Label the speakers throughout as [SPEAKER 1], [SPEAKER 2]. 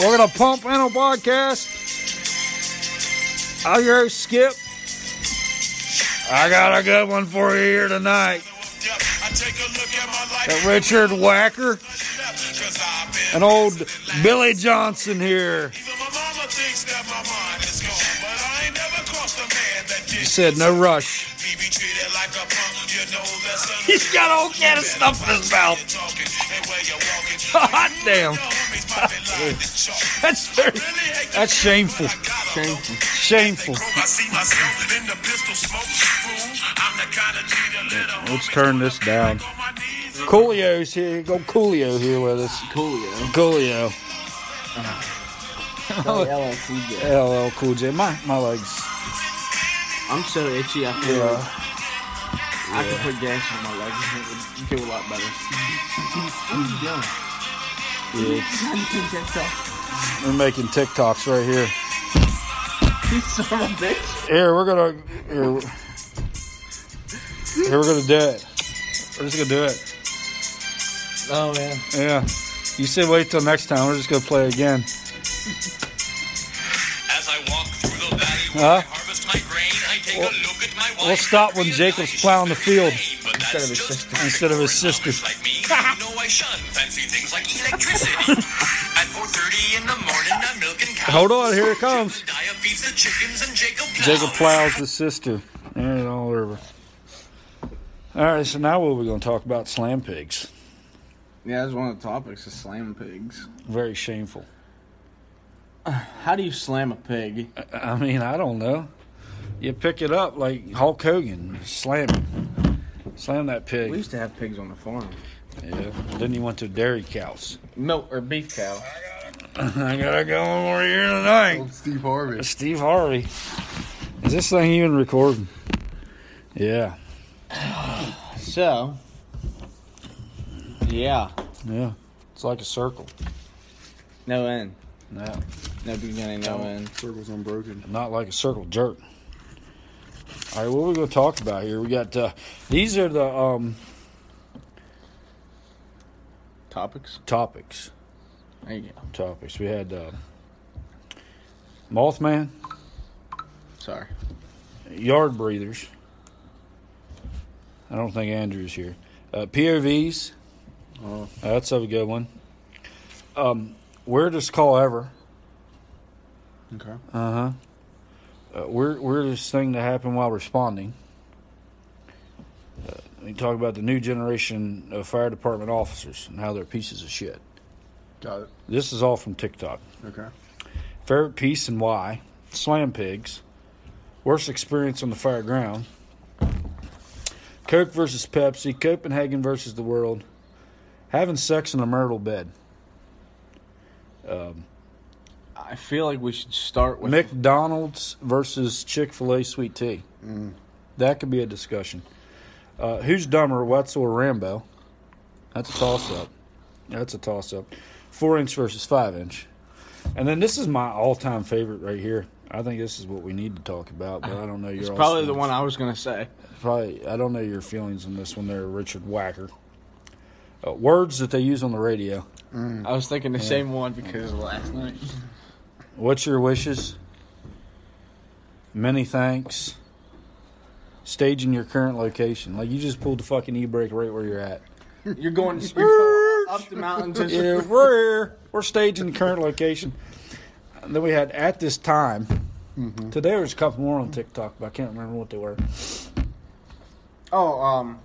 [SPEAKER 1] We're gonna pump in a podcast. I go Skip. I got a good one for you here tonight. Got Richard Wacker and old Billy Johnson here. He said no rush. He's got all kind of stuff in his mouth. Hot damn. That's very, that's shameful. Shameful. Shameful. Let's turn this down. Coolio's here. Go Coolio here with us.
[SPEAKER 2] Coolio. Uh-huh.
[SPEAKER 1] Coolio.
[SPEAKER 2] Go LL Cool J.
[SPEAKER 1] LL Cool J. My, my legs.
[SPEAKER 2] I'm so itchy. I feel. I can put gas on my legs. and It would feel a lot better. what are you doing?
[SPEAKER 1] Yeah.
[SPEAKER 2] How do you think that's all?
[SPEAKER 1] We're making TikToks right here.
[SPEAKER 2] You son of a bitch.
[SPEAKER 1] Here, we're gonna. Here, here we're gonna do it. We're just gonna do it.
[SPEAKER 2] Oh man.
[SPEAKER 1] Yeah. You said wait till next time. We're just gonna play again.
[SPEAKER 3] As I walk through the valley where I
[SPEAKER 1] Huh?
[SPEAKER 3] harvest my grain, I take a look at my wife.
[SPEAKER 1] We'll stop when Jacob's plowing the field
[SPEAKER 3] Instead
[SPEAKER 2] of his sister.
[SPEAKER 1] instead of his sister.
[SPEAKER 3] Like me, you know I shun fancy things like electricity. At 4.30 in the morning, I'm milking cows.
[SPEAKER 1] Hold on, here it comes.
[SPEAKER 3] Dia feeds the chickens and Jacob plows.
[SPEAKER 1] Jacob plows the sister. There's all over. All right, so now what are we gonna talk about? Slam pigs.
[SPEAKER 2] Yeah, that's one of the topics. Is slam pigs.
[SPEAKER 1] Very shameful.
[SPEAKER 2] How do you slam a pig?
[SPEAKER 1] I mean, I don't know. You pick it up like Hulk Hogan, slam it. Slam that
[SPEAKER 2] We
[SPEAKER 1] pig.
[SPEAKER 2] used to have pigs on the farm.
[SPEAKER 1] Yeah. Then you went to dairy cows.
[SPEAKER 2] Milk or beef cow.
[SPEAKER 1] I gotta go one more year tonight.
[SPEAKER 2] Steve Harvey.
[SPEAKER 1] Steve Harvey. Is this thing even recording? Yeah.
[SPEAKER 2] So. Yeah.
[SPEAKER 1] Yeah. It's like a circle.
[SPEAKER 2] No end.
[SPEAKER 1] No.
[SPEAKER 2] No beginning. No end.
[SPEAKER 4] Circle's unbroken.
[SPEAKER 1] Not like a circle jerk. All right, what are we gonna talk about here? We got uh, these are the um,
[SPEAKER 2] Topics.
[SPEAKER 1] topics.
[SPEAKER 2] There you go.
[SPEAKER 1] Topics. We had uh, Mothman,
[SPEAKER 2] Sorry.
[SPEAKER 1] yard breathers. I don't think Andrew's here. Uh, POVs.
[SPEAKER 4] Oh.
[SPEAKER 1] That's a good one. Um, weirdest call ever.
[SPEAKER 4] Okay.
[SPEAKER 1] Uh-huh. Uh Weird, weirdest thing to happen while responding. Uh, we talk about the new generation of fire department officers and how they're pieces of shit.
[SPEAKER 4] Got it.
[SPEAKER 1] This is all from TikTok.
[SPEAKER 4] Okay.
[SPEAKER 1] Favorite piece and why? Slam pigs. Worst experience on the fire ground. Coke versus Pepsi. Copenhagen versus the world. Having sex in a myrtle bed.
[SPEAKER 2] I feel like we should start with
[SPEAKER 1] McDonald's versus Chick Fil A sweet tea. That could be a discussion. Uh, who's dumber, Wetzel or Rambo? That's a toss up. That's a toss up. Four inch versus five inch. And then this is my all time favorite right here. I think this is what we need to talk about, but I don't know your.
[SPEAKER 2] It's
[SPEAKER 1] all's
[SPEAKER 2] probably the
[SPEAKER 1] feelings.
[SPEAKER 2] one I was gonna say.
[SPEAKER 1] Probably I don't know your feelings on this one. There, Richard Wacker. Uh, words that they use on the radio. Hmm.
[SPEAKER 2] I was thinking the same one because of last night.
[SPEAKER 1] What's your wishes? Many thanks. Staging your current location. Like you just pulled the fucking e brake right where you're at.
[SPEAKER 2] You're going to you're up the mountain to
[SPEAKER 1] Yeah, we're here. We're staging the current location. And then we had at this time. Today there was a couple more on TikTok, but I can't remember what they were.
[SPEAKER 2] Oh, um,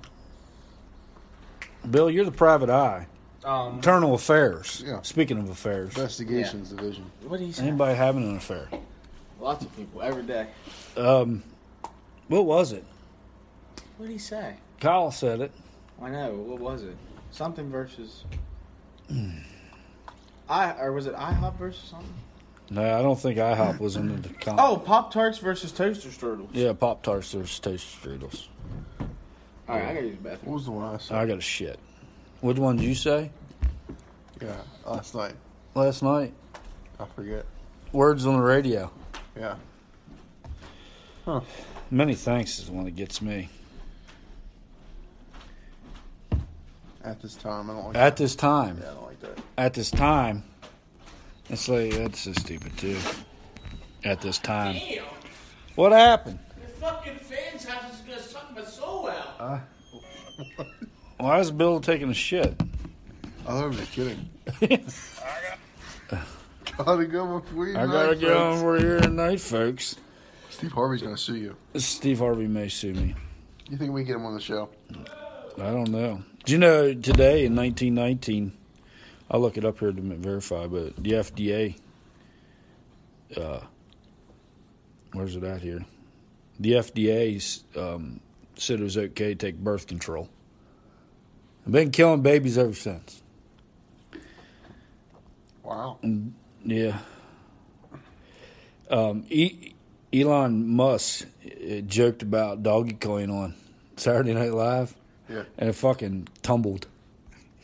[SPEAKER 1] Bill, you're the private eye.
[SPEAKER 2] um,
[SPEAKER 1] Internal affairs.
[SPEAKER 4] Yeah.
[SPEAKER 1] Speaking of affairs.
[SPEAKER 4] Investigations division.
[SPEAKER 2] what do you say?
[SPEAKER 1] Anybody having an affair?
[SPEAKER 2] Lots of people every day.
[SPEAKER 1] Um, what was it?
[SPEAKER 2] What do you say?
[SPEAKER 1] Kyle said it.
[SPEAKER 2] I know. What was it? Something versus.
[SPEAKER 1] Hmm.
[SPEAKER 2] I or was it IHOP versus something?
[SPEAKER 1] No, I don't think IHOP was in the con-
[SPEAKER 2] Oh, Pop Tarts versus Toaster Strudel.
[SPEAKER 1] Yeah, Pop Tarts there's taste strudels. Oh,
[SPEAKER 2] All right, I gotta use the
[SPEAKER 4] What
[SPEAKER 2] bathroom.
[SPEAKER 4] was the one I saw?
[SPEAKER 1] I got a shit. Which one did you say
[SPEAKER 4] yeah, last night.
[SPEAKER 1] last night?
[SPEAKER 4] I forget.
[SPEAKER 1] Words on the radio.
[SPEAKER 4] Yeah.
[SPEAKER 1] Many thanks is the one that gets me.
[SPEAKER 4] At this time, I don't like.
[SPEAKER 1] At this time,
[SPEAKER 4] yeah, I don't like that.
[SPEAKER 1] at this time, It's like that's so stupid too. At this time, what happened?
[SPEAKER 5] Your fucking fans house is gonna suck my soul out.
[SPEAKER 1] Why is Bill taking a shit?
[SPEAKER 4] I thought I was kidding. Gotta go before you.
[SPEAKER 1] I gotta get on over here tonight, folks.
[SPEAKER 4] Steve Harvey's gonna sue you.
[SPEAKER 1] Steve Harvey may sue me.
[SPEAKER 4] You think we can get him on the show?
[SPEAKER 1] I don't know. Do you know today in 1919? I'll look it up here to verify, but the FDA, uh, where's it at here? The FDA's um, said it was okay to take birth control. I've been killing babies ever since.
[SPEAKER 4] Wow.
[SPEAKER 1] Yeah. Um, e- Elon Musk uh, joked about doggy coin on Saturday Night Live,
[SPEAKER 4] Yeah.
[SPEAKER 1] and it fucking tumbled.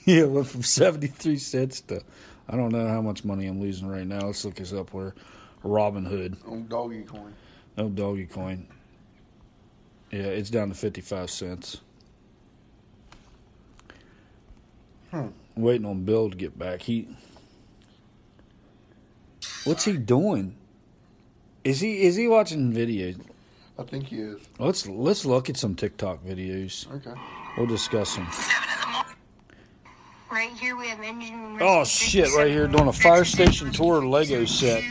[SPEAKER 1] Yeah, it went from seventy three cents to I don't know how much money I'm losing right now. Let's look this up. Where Robin Hood,
[SPEAKER 4] On doggy coin.
[SPEAKER 1] oh doggy coin. Yeah, it's down to fifty five cents. Waiting on Bill to get back. He, what's he doing? Is he is he watching videos?
[SPEAKER 4] I think he is.
[SPEAKER 1] Let's let's look at some TikTok videos.
[SPEAKER 4] Okay.
[SPEAKER 1] We'll discuss them.
[SPEAKER 6] Right here we have engine.
[SPEAKER 1] Oh shit! Right here, doing a fire station tour Lego set.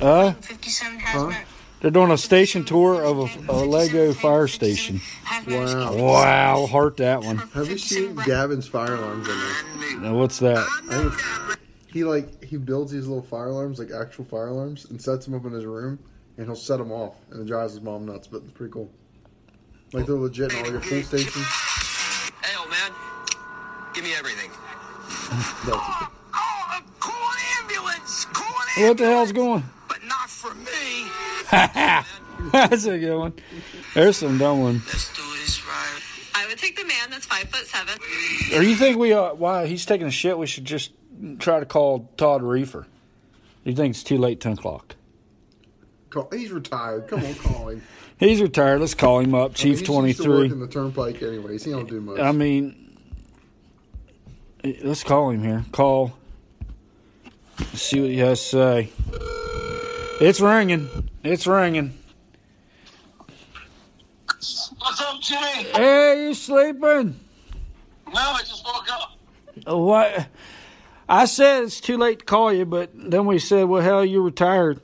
[SPEAKER 1] Huh?
[SPEAKER 6] Fifty-seven hazmat.
[SPEAKER 1] They're doing a station tour of a, a Lego fire station. Wow, heart that one.
[SPEAKER 4] Have you seen Gavin's fire alarms on there?
[SPEAKER 1] Now what's that?
[SPEAKER 4] I think it's- he like he builds these little fire alarms, like actual fire alarms, and sets them up in his room, and he'll set them off, and it drives his mom nuts. But it's pretty cool. Like they're legit in all your fuel stations.
[SPEAKER 3] Hey, old man, give me everything.
[SPEAKER 4] That's it.
[SPEAKER 3] Oh, a cool ambulance! Cool ambulance!
[SPEAKER 1] What the hell's going?
[SPEAKER 3] But not for me!
[SPEAKER 1] That's a good one. There's some dumb one.
[SPEAKER 3] Let's do this right.
[SPEAKER 7] I would take the man that's five foot seven.
[SPEAKER 1] Or you think we? Uh, why he's taking a shit? We should just try to call Todd Reefer. You think it's too late? Ten o'clock.
[SPEAKER 4] Call, he's retired. Come on, call him.
[SPEAKER 1] He's retired. Let's call him up, Chief
[SPEAKER 4] He's
[SPEAKER 1] Twenty
[SPEAKER 4] used to work
[SPEAKER 1] Three.
[SPEAKER 4] in the turnpike, anyways. He don't do much.
[SPEAKER 1] I mean, eh, let's call him here. Call. See what he has to say. It's ringing. It's ringing.
[SPEAKER 8] What's up, Jimmy?
[SPEAKER 1] Hey, you sleeping? Uh,
[SPEAKER 8] No, I just woke up.
[SPEAKER 1] What? I said it's too late to call you, but then we said, well, hell, you're retired.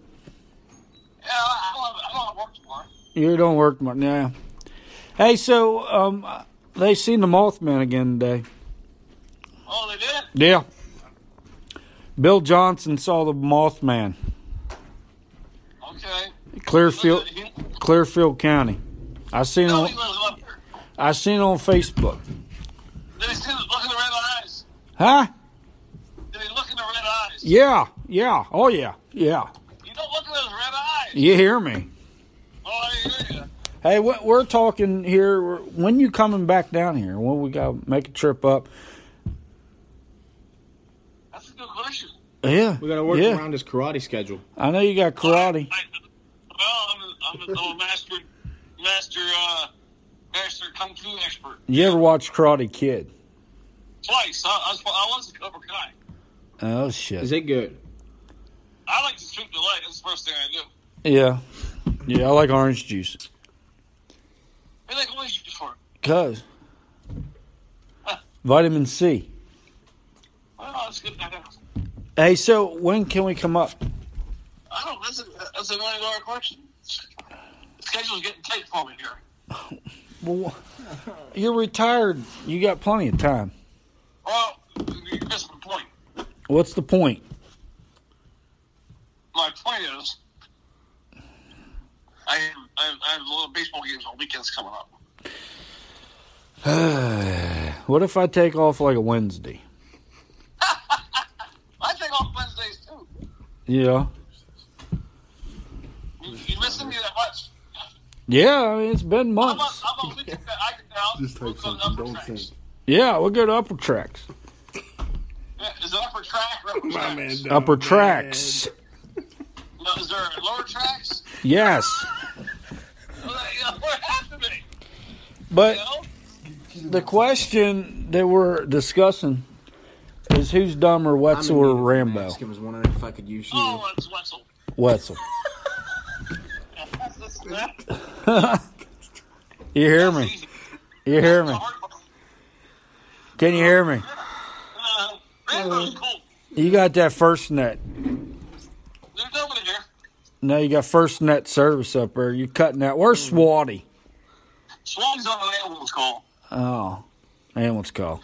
[SPEAKER 8] Yeah, I don't have, I don't have work tomorrow.
[SPEAKER 1] You don't work much now. Hey, so um, they seen the Mothman again today.
[SPEAKER 8] Oh, they did?
[SPEAKER 1] Yeah. Bill Johnson saw the Mothman.
[SPEAKER 8] Okay.
[SPEAKER 1] Clearfield, Clearfield County. I seen
[SPEAKER 8] No,
[SPEAKER 1] on
[SPEAKER 8] he was up here.
[SPEAKER 1] I seen on Facebook.
[SPEAKER 8] Did he see the look in the red eyes?
[SPEAKER 1] Huh?
[SPEAKER 8] Did he look in the red eyes?
[SPEAKER 1] Yeah, yeah, oh yeah, yeah.
[SPEAKER 8] You don't look in those red eyes.
[SPEAKER 1] You hear me?
[SPEAKER 8] Oh, I hear you.
[SPEAKER 1] Hey, wh- we're talking here. We're- When you coming back down here? When we got to make a trip up?
[SPEAKER 8] That's a good question.
[SPEAKER 1] Yeah,
[SPEAKER 2] We gotta work
[SPEAKER 1] yeah.
[SPEAKER 2] around his karate schedule.
[SPEAKER 1] I know you got karate.
[SPEAKER 8] I, well, I'm, I'm, I'm a master, master, uh, master kung fu expert.
[SPEAKER 1] You ever watch Karate Kid?
[SPEAKER 8] Twice. I, I, was, I was a Cobra Kai.
[SPEAKER 1] Oh
[SPEAKER 2] Is
[SPEAKER 1] shit.
[SPEAKER 2] it good?
[SPEAKER 8] I like to sweep the light. That's the first thing I do.
[SPEAKER 1] Yeah, yeah. I like orange juice.
[SPEAKER 8] Hey, like, what did you do for? it?
[SPEAKER 1] Cause vitamin C.
[SPEAKER 8] Oh, that's good. I don't-
[SPEAKER 1] Hey, so when can we come up?
[SPEAKER 8] I don't. That's a, that's a million dollar question. The schedule's getting tight for me here.
[SPEAKER 1] Well, you're retired. You got plenty of time.
[SPEAKER 8] Well, you missed my point.
[SPEAKER 1] What's the point?
[SPEAKER 8] My point is, I have, I have, I have little baseball games on weekends coming up.
[SPEAKER 1] What if I take off like a Wednesday?
[SPEAKER 8] I take off Wednesdays too.
[SPEAKER 1] Yeah.
[SPEAKER 8] You, you missing me that much?
[SPEAKER 1] Yeah, I mean, it's been
[SPEAKER 8] I'm on,
[SPEAKER 1] months.
[SPEAKER 8] I'm on weekends that I can down.
[SPEAKER 4] Just type something. Don't think.
[SPEAKER 1] Yeah, we'll go to Upper Tracks.
[SPEAKER 8] Yeah, is it upper track or upper My man.
[SPEAKER 1] upper Tracks.
[SPEAKER 8] No, is there lower tracks?
[SPEAKER 1] Yes.
[SPEAKER 8] what happening?
[SPEAKER 1] But
[SPEAKER 8] You know?
[SPEAKER 1] the question that we're discussing is who's dumber, Wetzel or Rambo?
[SPEAKER 2] Mexican was wondering if I could use you.
[SPEAKER 8] Oh, it's Wetzel.
[SPEAKER 1] Wetzel.
[SPEAKER 8] That's, that's
[SPEAKER 1] You hear me?
[SPEAKER 8] easy.
[SPEAKER 1] You hear me? Can you hear me?
[SPEAKER 8] Uh, Rambo's cool.
[SPEAKER 1] You got that first net.
[SPEAKER 8] There's nobody here.
[SPEAKER 1] Now you got first net service up there. You cutting that? Where's Swatty?
[SPEAKER 8] Swag's on the ambulance call.
[SPEAKER 1] Oh, ambulance call.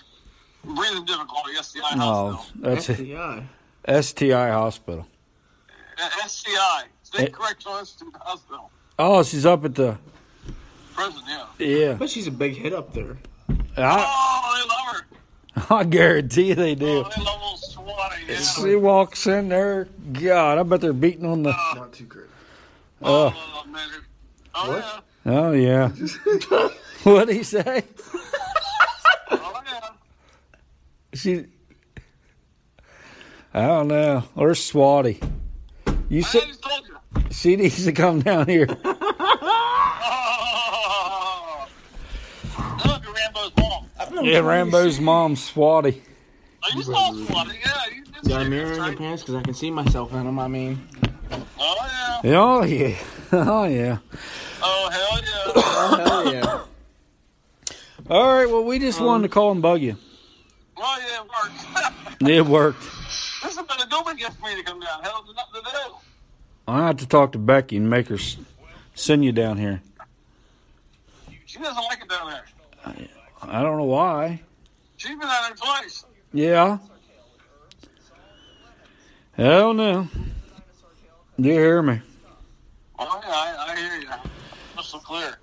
[SPEAKER 8] Breathing difficulty, STI
[SPEAKER 1] Oh,
[SPEAKER 8] hospital.
[SPEAKER 1] that's it.
[SPEAKER 2] FBI.
[SPEAKER 1] STI hospital.
[SPEAKER 8] Uh, STI, State
[SPEAKER 1] It-
[SPEAKER 8] Correctional Institute Hospital.
[SPEAKER 1] Oh, she's up at the
[SPEAKER 8] Prison, yeah.
[SPEAKER 1] yeah.
[SPEAKER 2] But she's a big hit up there.
[SPEAKER 1] I,
[SPEAKER 8] Oh, they love her.
[SPEAKER 1] I guarantee they do.
[SPEAKER 8] Oh, they love old Swatty. Yeah.
[SPEAKER 1] She walks in there. God, I bet they're beating on the.
[SPEAKER 4] Not too great.
[SPEAKER 8] Oh, man. Oh, yeah.
[SPEAKER 1] Oh yeah. What would he say?
[SPEAKER 8] Oh, yeah.
[SPEAKER 1] She. I don't know. Or Swatty. You
[SPEAKER 8] I
[SPEAKER 1] said
[SPEAKER 8] just told you.
[SPEAKER 1] she needs to come down here.
[SPEAKER 8] Oh, look at Rambo's mom.
[SPEAKER 1] Yeah, Rambo's mom, Swatty.
[SPEAKER 8] Oh, you saw Swatty, yeah. You did
[SPEAKER 2] Got a
[SPEAKER 8] see
[SPEAKER 2] mirror
[SPEAKER 8] this,
[SPEAKER 2] in your
[SPEAKER 8] right?
[SPEAKER 2] pants because I can see myself in them. I mean,
[SPEAKER 8] Oh, yeah.
[SPEAKER 1] Oh yeah. Oh yeah.
[SPEAKER 8] Oh, hell yeah.
[SPEAKER 2] hell yeah.
[SPEAKER 1] All right. Well, we just wanted to call and bug you.
[SPEAKER 8] Oh, yeah, it worked.
[SPEAKER 1] It worked.
[SPEAKER 8] this has been a good one gift for me to come down. Hell, there's nothing to do.
[SPEAKER 1] I have to talk to Becky and make her s- send you down here.
[SPEAKER 8] She doesn't like it down there.
[SPEAKER 1] I don't know why.
[SPEAKER 8] She's been down there twice.
[SPEAKER 1] Yeah. Hell no. Do you hear me?
[SPEAKER 8] Oh, yeah, I, I hear you. Crystal clear.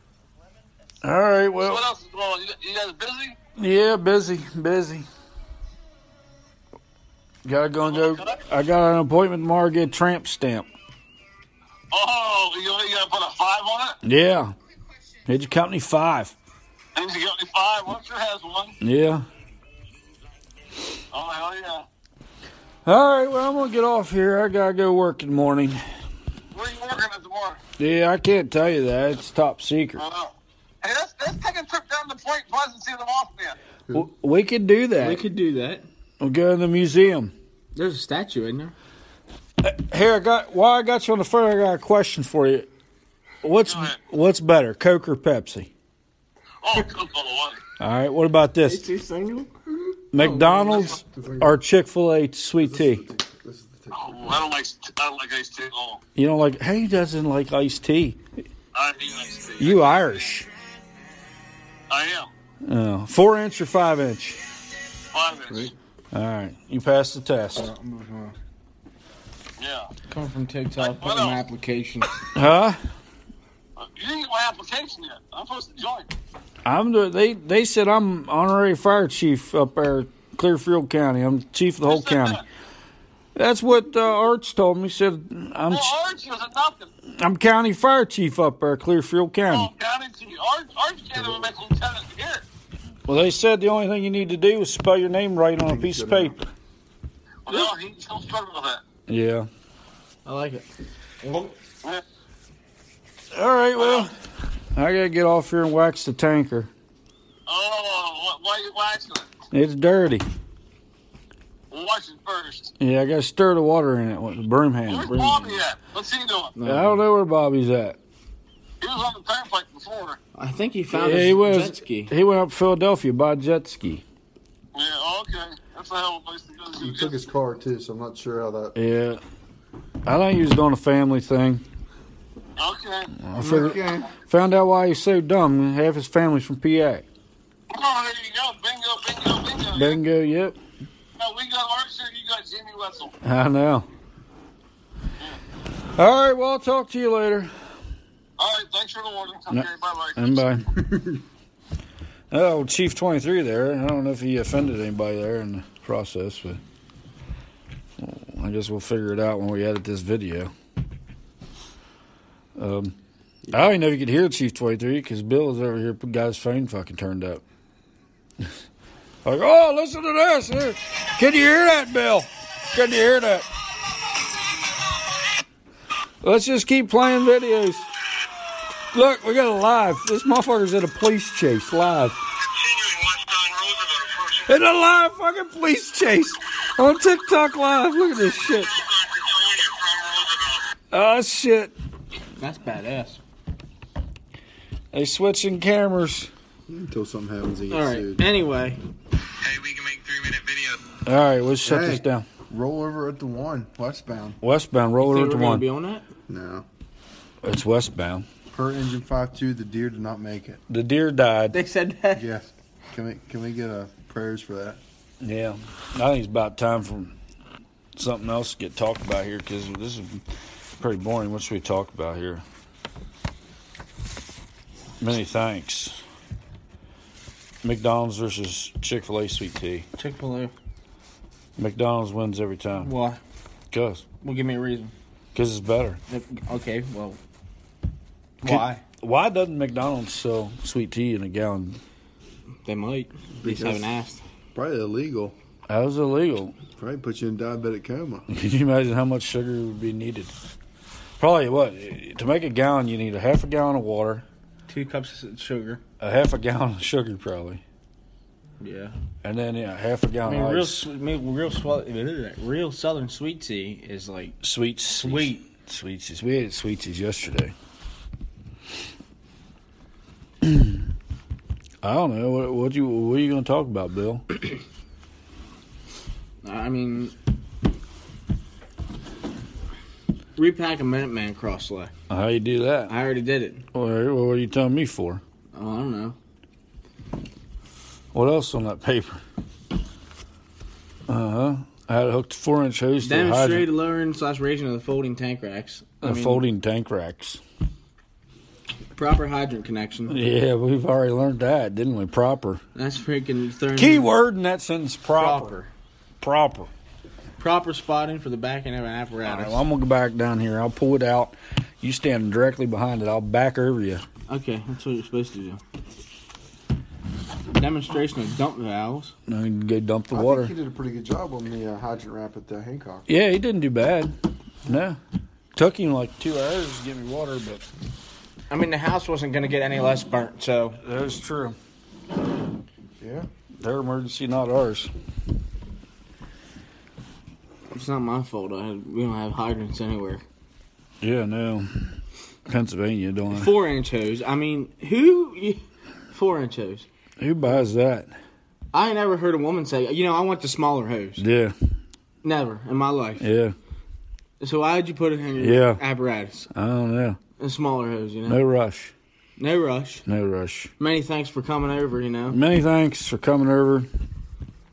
[SPEAKER 1] All right.
[SPEAKER 8] So
[SPEAKER 1] Well,
[SPEAKER 8] what else is going on? You, you guys busy?
[SPEAKER 1] yeah. Busy. Busy. Gotta go and go. I got an appointment tomorrow. to Get a tramp stamp.
[SPEAKER 8] Oh, you, you gotta put a five on it?
[SPEAKER 1] Yeah. Hit your company five.
[SPEAKER 8] And you got me five. Webster has one.
[SPEAKER 1] Yeah.
[SPEAKER 8] Oh, hell yeah.
[SPEAKER 1] All right. Well, I'm gonna get off here. I gotta go work in the morning.
[SPEAKER 8] Where are you working at tomorrow?
[SPEAKER 1] Yeah, I can't tell you that. It's top secret.
[SPEAKER 8] Oh. Hey, let's, let's take a trip down to Point Pleasant and see the Mothman.
[SPEAKER 1] W- We could do that.
[SPEAKER 2] We could do that.
[SPEAKER 1] We'll go to the museum.
[SPEAKER 2] There's a statue in there.
[SPEAKER 1] Here, I got. While I got you on the phone, I got a question for you. What's
[SPEAKER 8] Go ahead.
[SPEAKER 1] what's better, Coke or Pepsi?
[SPEAKER 8] Oh, good lord.
[SPEAKER 1] All right. What about this,
[SPEAKER 2] she single?
[SPEAKER 1] McDonald's or Chick Fil A sweet tea?
[SPEAKER 4] This is the ticket.
[SPEAKER 8] Oh, I don't like I don't like iced tea at all.
[SPEAKER 1] You know, like hey, he doesn't like iced tea.
[SPEAKER 8] I hate iced tea.
[SPEAKER 1] You Irish?
[SPEAKER 8] I am.
[SPEAKER 1] Oh, four inch or five inch?
[SPEAKER 8] Five minutes.
[SPEAKER 1] All right, you passed the test,
[SPEAKER 8] Yeah.
[SPEAKER 2] Come from TikTok,
[SPEAKER 8] What
[SPEAKER 2] put in my
[SPEAKER 8] else?
[SPEAKER 2] application.
[SPEAKER 1] huh?
[SPEAKER 8] Uh, You didn't get my application yet. I'm supposed to join.
[SPEAKER 1] I'm the they they said I'm honorary fire chief up there, Clearfield County. I'm chief of the whole
[SPEAKER 8] Who said
[SPEAKER 1] county.
[SPEAKER 8] that?
[SPEAKER 1] That's what uh, Arch told me. He Said I'm
[SPEAKER 8] Well, Arch is adopted.
[SPEAKER 1] I'm county fire chief up there, Clearfield
[SPEAKER 8] Oh,
[SPEAKER 1] County.
[SPEAKER 8] down into Arch. Arch can't even make lieutenant here.
[SPEAKER 1] Well, they said the only thing you need to do is spell your name right on a piece of paper.
[SPEAKER 8] Well, Oh, he still struggle with that.
[SPEAKER 1] Yeah.
[SPEAKER 2] I like it.
[SPEAKER 8] Yeah.
[SPEAKER 1] All right. Well, I gotta get off here and wax the tanker.
[SPEAKER 8] Oh, why, why you watching it?
[SPEAKER 1] It's dirty.
[SPEAKER 8] Well, watch it first.
[SPEAKER 1] Yeah, I gotta stir the water in it with the broom
[SPEAKER 8] Where's
[SPEAKER 1] handle.
[SPEAKER 8] Bobby at? What's he doing?
[SPEAKER 1] I don't know where Bobby's at.
[SPEAKER 8] He was on the turnpike before.
[SPEAKER 2] I think he
[SPEAKER 1] Yeah,
[SPEAKER 2] found his
[SPEAKER 1] he was.
[SPEAKER 2] jet ski.
[SPEAKER 1] He went up to Philadelphia by jet ski.
[SPEAKER 8] Yeah, okay. That's a hell of a place to go.
[SPEAKER 4] He took his car too, so I'm not sure how that.
[SPEAKER 1] Yeah. I think he was doing a family thing.
[SPEAKER 8] Okay.
[SPEAKER 1] I figured, found out why he's so dumb. Half his family's from PA.
[SPEAKER 8] Oh, there you go. Bingo, bingo, bingo.
[SPEAKER 1] Bingo, yep.
[SPEAKER 8] No, we got Archer, you got Jimmy Wessel.
[SPEAKER 1] I know. All right, well, I'll talk to you later.
[SPEAKER 8] All right, thanks for the warning. Okay,
[SPEAKER 1] No.
[SPEAKER 8] bye bye.
[SPEAKER 1] And bye. oh, Chief 23 there. I don't know if he offended anybody there in the process, but well, I guess we'll figure it out when we edit this video. Um, I didn't know if you could hear Chief 23 because Bill is over here, got his phone fucking turned up. like, oh, listen to this. Here. Can you hear that, Bill? Can you hear that? Let's just keep playing videos. Look, we got a live. This motherfucker's at a police chase live.
[SPEAKER 8] Continuing westbound Roosevelt approaching.
[SPEAKER 1] In a live fucking police chase. on TikTok Live. Look at this shit. Oh shit!
[SPEAKER 2] That's badass.
[SPEAKER 1] They switching cameras.
[SPEAKER 4] Until something happens, he gets
[SPEAKER 2] All right.
[SPEAKER 4] sued.
[SPEAKER 2] Anyway,
[SPEAKER 3] Hey, we can make three minute videos.
[SPEAKER 1] All right, let's shut
[SPEAKER 4] Hey.
[SPEAKER 1] this down.
[SPEAKER 4] Roll over at the one, westbound.
[SPEAKER 1] Westbound, roll
[SPEAKER 2] think
[SPEAKER 1] over to
[SPEAKER 2] we're gonna
[SPEAKER 1] one.
[SPEAKER 2] be on that.
[SPEAKER 4] No.
[SPEAKER 1] It's westbound.
[SPEAKER 4] Per engine five two, the deer did not make it.
[SPEAKER 1] The deer died.
[SPEAKER 2] They said that.
[SPEAKER 4] Yes. Can we can we get a prayers for that?
[SPEAKER 1] Yeah, I think it's about time for something else to get talked about here because this is pretty boring. What should we talk about here? Many thanks. McDonald's versus Chick Fil A sweet tea.
[SPEAKER 2] Chick Fil A.
[SPEAKER 1] McDonald's wins every time.
[SPEAKER 2] Why?
[SPEAKER 1] Cause,
[SPEAKER 2] Well, give me a reason.
[SPEAKER 1] cause it's better.
[SPEAKER 2] If- Okay. Well, why?
[SPEAKER 1] Why doesn't McDonald's sell sweet tea in a gallon?
[SPEAKER 2] They might. They just
[SPEAKER 4] Because-
[SPEAKER 2] haven't asked.
[SPEAKER 4] Probably illegal.
[SPEAKER 1] That was illegal.
[SPEAKER 4] Probably put you in diabetic coma.
[SPEAKER 1] Can you imagine how much sugar would be needed? Probably what to make a gallon, you need a half a gallon of water,
[SPEAKER 2] Two cups of sugar.
[SPEAKER 1] a half a gallon of sugar probably,
[SPEAKER 2] Yeah.
[SPEAKER 1] and then yeah, half a
[SPEAKER 2] I
[SPEAKER 1] gallon
[SPEAKER 2] mean,
[SPEAKER 1] of
[SPEAKER 2] real,
[SPEAKER 1] ice.
[SPEAKER 2] swe- I mean, real, swe- real Southern sweet tea is like
[SPEAKER 1] sweet,
[SPEAKER 2] sweet.
[SPEAKER 1] sweeties. We ate sweeties yesterday. I don't know what what you what are you going to talk about, Bill?
[SPEAKER 2] I mean, repack a Minute Man cross leg.
[SPEAKER 1] How you do that?
[SPEAKER 2] I already did it.
[SPEAKER 1] All right, what are you telling me for?
[SPEAKER 2] Oh, I don't know.
[SPEAKER 1] What else on that paper? Uh huh. I had hooked four inch hose to the
[SPEAKER 2] Demonstrate
[SPEAKER 1] hydrant,
[SPEAKER 2] the lowering slash raising of the folding tank racks. I
[SPEAKER 1] the
[SPEAKER 2] mean,
[SPEAKER 1] folding tank racks.
[SPEAKER 2] proper hydrant connection.
[SPEAKER 1] Yeah, we've already learned that, didn't we? Proper.
[SPEAKER 2] That's freaking third.
[SPEAKER 1] Key word in that sentence: proper.
[SPEAKER 2] Mm-hmm. Proper.
[SPEAKER 1] Proper.
[SPEAKER 2] Proper spotting for the back end of an
[SPEAKER 1] All right,
[SPEAKER 2] apparatus.
[SPEAKER 1] well, I'm gonna go back down here. I'll pull it out. You stand directly behind it. I'll back over you.
[SPEAKER 2] okay, that's what you're supposed to do. Demonstration of dump valves.
[SPEAKER 1] Now you can go dump the
[SPEAKER 4] I
[SPEAKER 1] water.
[SPEAKER 4] think he did a pretty good job on the uh, hydrant wrap at the Hancock.
[SPEAKER 1] yeah, he didn't do bad. No, took him like two hours to give me water, but
[SPEAKER 2] I mean, the house wasn't going to get any less burnt, so
[SPEAKER 1] that is true.
[SPEAKER 4] Yeah.
[SPEAKER 1] Their emergency, not ours.
[SPEAKER 2] it's not my fault. I had, we don't have hydrants anywhere.
[SPEAKER 1] Yeah, no. Pennsylvania don't. have-
[SPEAKER 2] Four inch hose. I mean, who? Four inch hose.
[SPEAKER 1] Who buys that?
[SPEAKER 2] I ain't never heard a woman say, you know, I want the smaller hose.
[SPEAKER 1] Yeah,
[SPEAKER 2] Never in my life.
[SPEAKER 1] yeah.
[SPEAKER 2] So why'd you put it in your
[SPEAKER 1] Yeah.
[SPEAKER 2] apparatus?
[SPEAKER 1] I don't know.
[SPEAKER 2] A smaller hose, you know?
[SPEAKER 1] No rush.
[SPEAKER 2] No rush.
[SPEAKER 1] No rush.
[SPEAKER 2] Many thanks for coming over, you know?
[SPEAKER 1] Many thanks for coming over.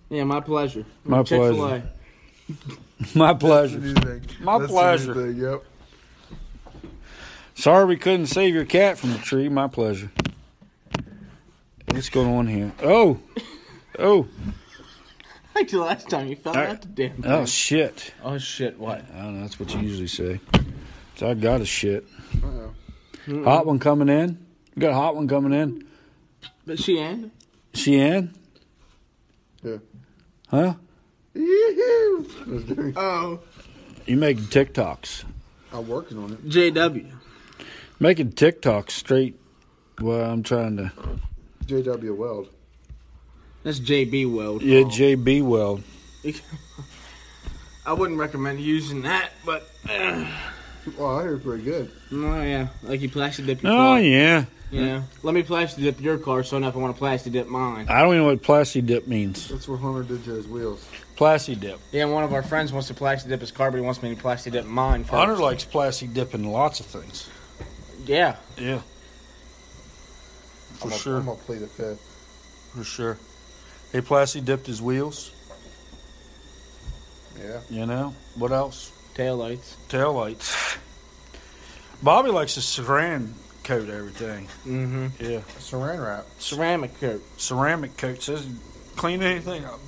[SPEAKER 2] Yeah, my pleasure.
[SPEAKER 1] My
[SPEAKER 2] Chick-fil-A.
[SPEAKER 1] My
[SPEAKER 4] That's
[SPEAKER 1] pleasure.
[SPEAKER 4] the new thing.
[SPEAKER 1] My
[SPEAKER 4] That's the new
[SPEAKER 1] pleasure.
[SPEAKER 4] thing, Yep.
[SPEAKER 1] Sorry we couldn't save your cat from the tree. My pleasure. What's going on here? Oh, oh,
[SPEAKER 2] Like the last time you fell
[SPEAKER 1] All right.
[SPEAKER 2] out the damn thing.
[SPEAKER 1] oh, shit.
[SPEAKER 2] Oh, shit, what?
[SPEAKER 1] I don't know. That's what you usually say. So I got a shit.
[SPEAKER 4] Uh-oh.
[SPEAKER 1] Hot one coming in. You got a hot one coming in.
[SPEAKER 2] But she and
[SPEAKER 1] She in?
[SPEAKER 4] Yeah.
[SPEAKER 1] Huh?
[SPEAKER 4] Yee-hoo. Let's do it.
[SPEAKER 2] Oh.
[SPEAKER 1] You making TikToks.
[SPEAKER 4] I'm working on it.
[SPEAKER 2] JW.
[SPEAKER 1] Making TikToks straight. Well, I'm trying to.
[SPEAKER 4] JW Weld.
[SPEAKER 2] That's JB Weld.
[SPEAKER 1] Yeah, JB Weld.
[SPEAKER 2] I wouldn't recommend using that, but. Uh,
[SPEAKER 4] Well, I hear pretty good.
[SPEAKER 2] oh, yeah. Like you plastic dip your
[SPEAKER 1] Oh,
[SPEAKER 2] car.
[SPEAKER 1] yeah.
[SPEAKER 2] You know? Let me plastic dip your car so enough I want to plastic dip mine.
[SPEAKER 1] I don't even know what plasti dip means.
[SPEAKER 4] That's where Hunter did to his wheels.
[SPEAKER 1] Plasti dip.
[SPEAKER 2] Yeah, one of our friends wants to plastic dip his car, but he wants me to plastic dip mine first.
[SPEAKER 1] Hunter likes plasti dip in lots of things.
[SPEAKER 2] Yeah.
[SPEAKER 1] Yeah. For
[SPEAKER 4] I'm
[SPEAKER 1] sure.
[SPEAKER 4] i I'm gonna play the fifth.
[SPEAKER 1] For sure. Hey, Plasti dipped his wheels.
[SPEAKER 4] Yeah.
[SPEAKER 1] You know what else?
[SPEAKER 2] Taillights.
[SPEAKER 1] Taillights. Bobby likes to saran coat everything.
[SPEAKER 2] Mm-hmm.
[SPEAKER 1] Yeah,
[SPEAKER 4] Saran wrap.
[SPEAKER 2] Ceramic coat.
[SPEAKER 1] ceramic coat says clean anything up.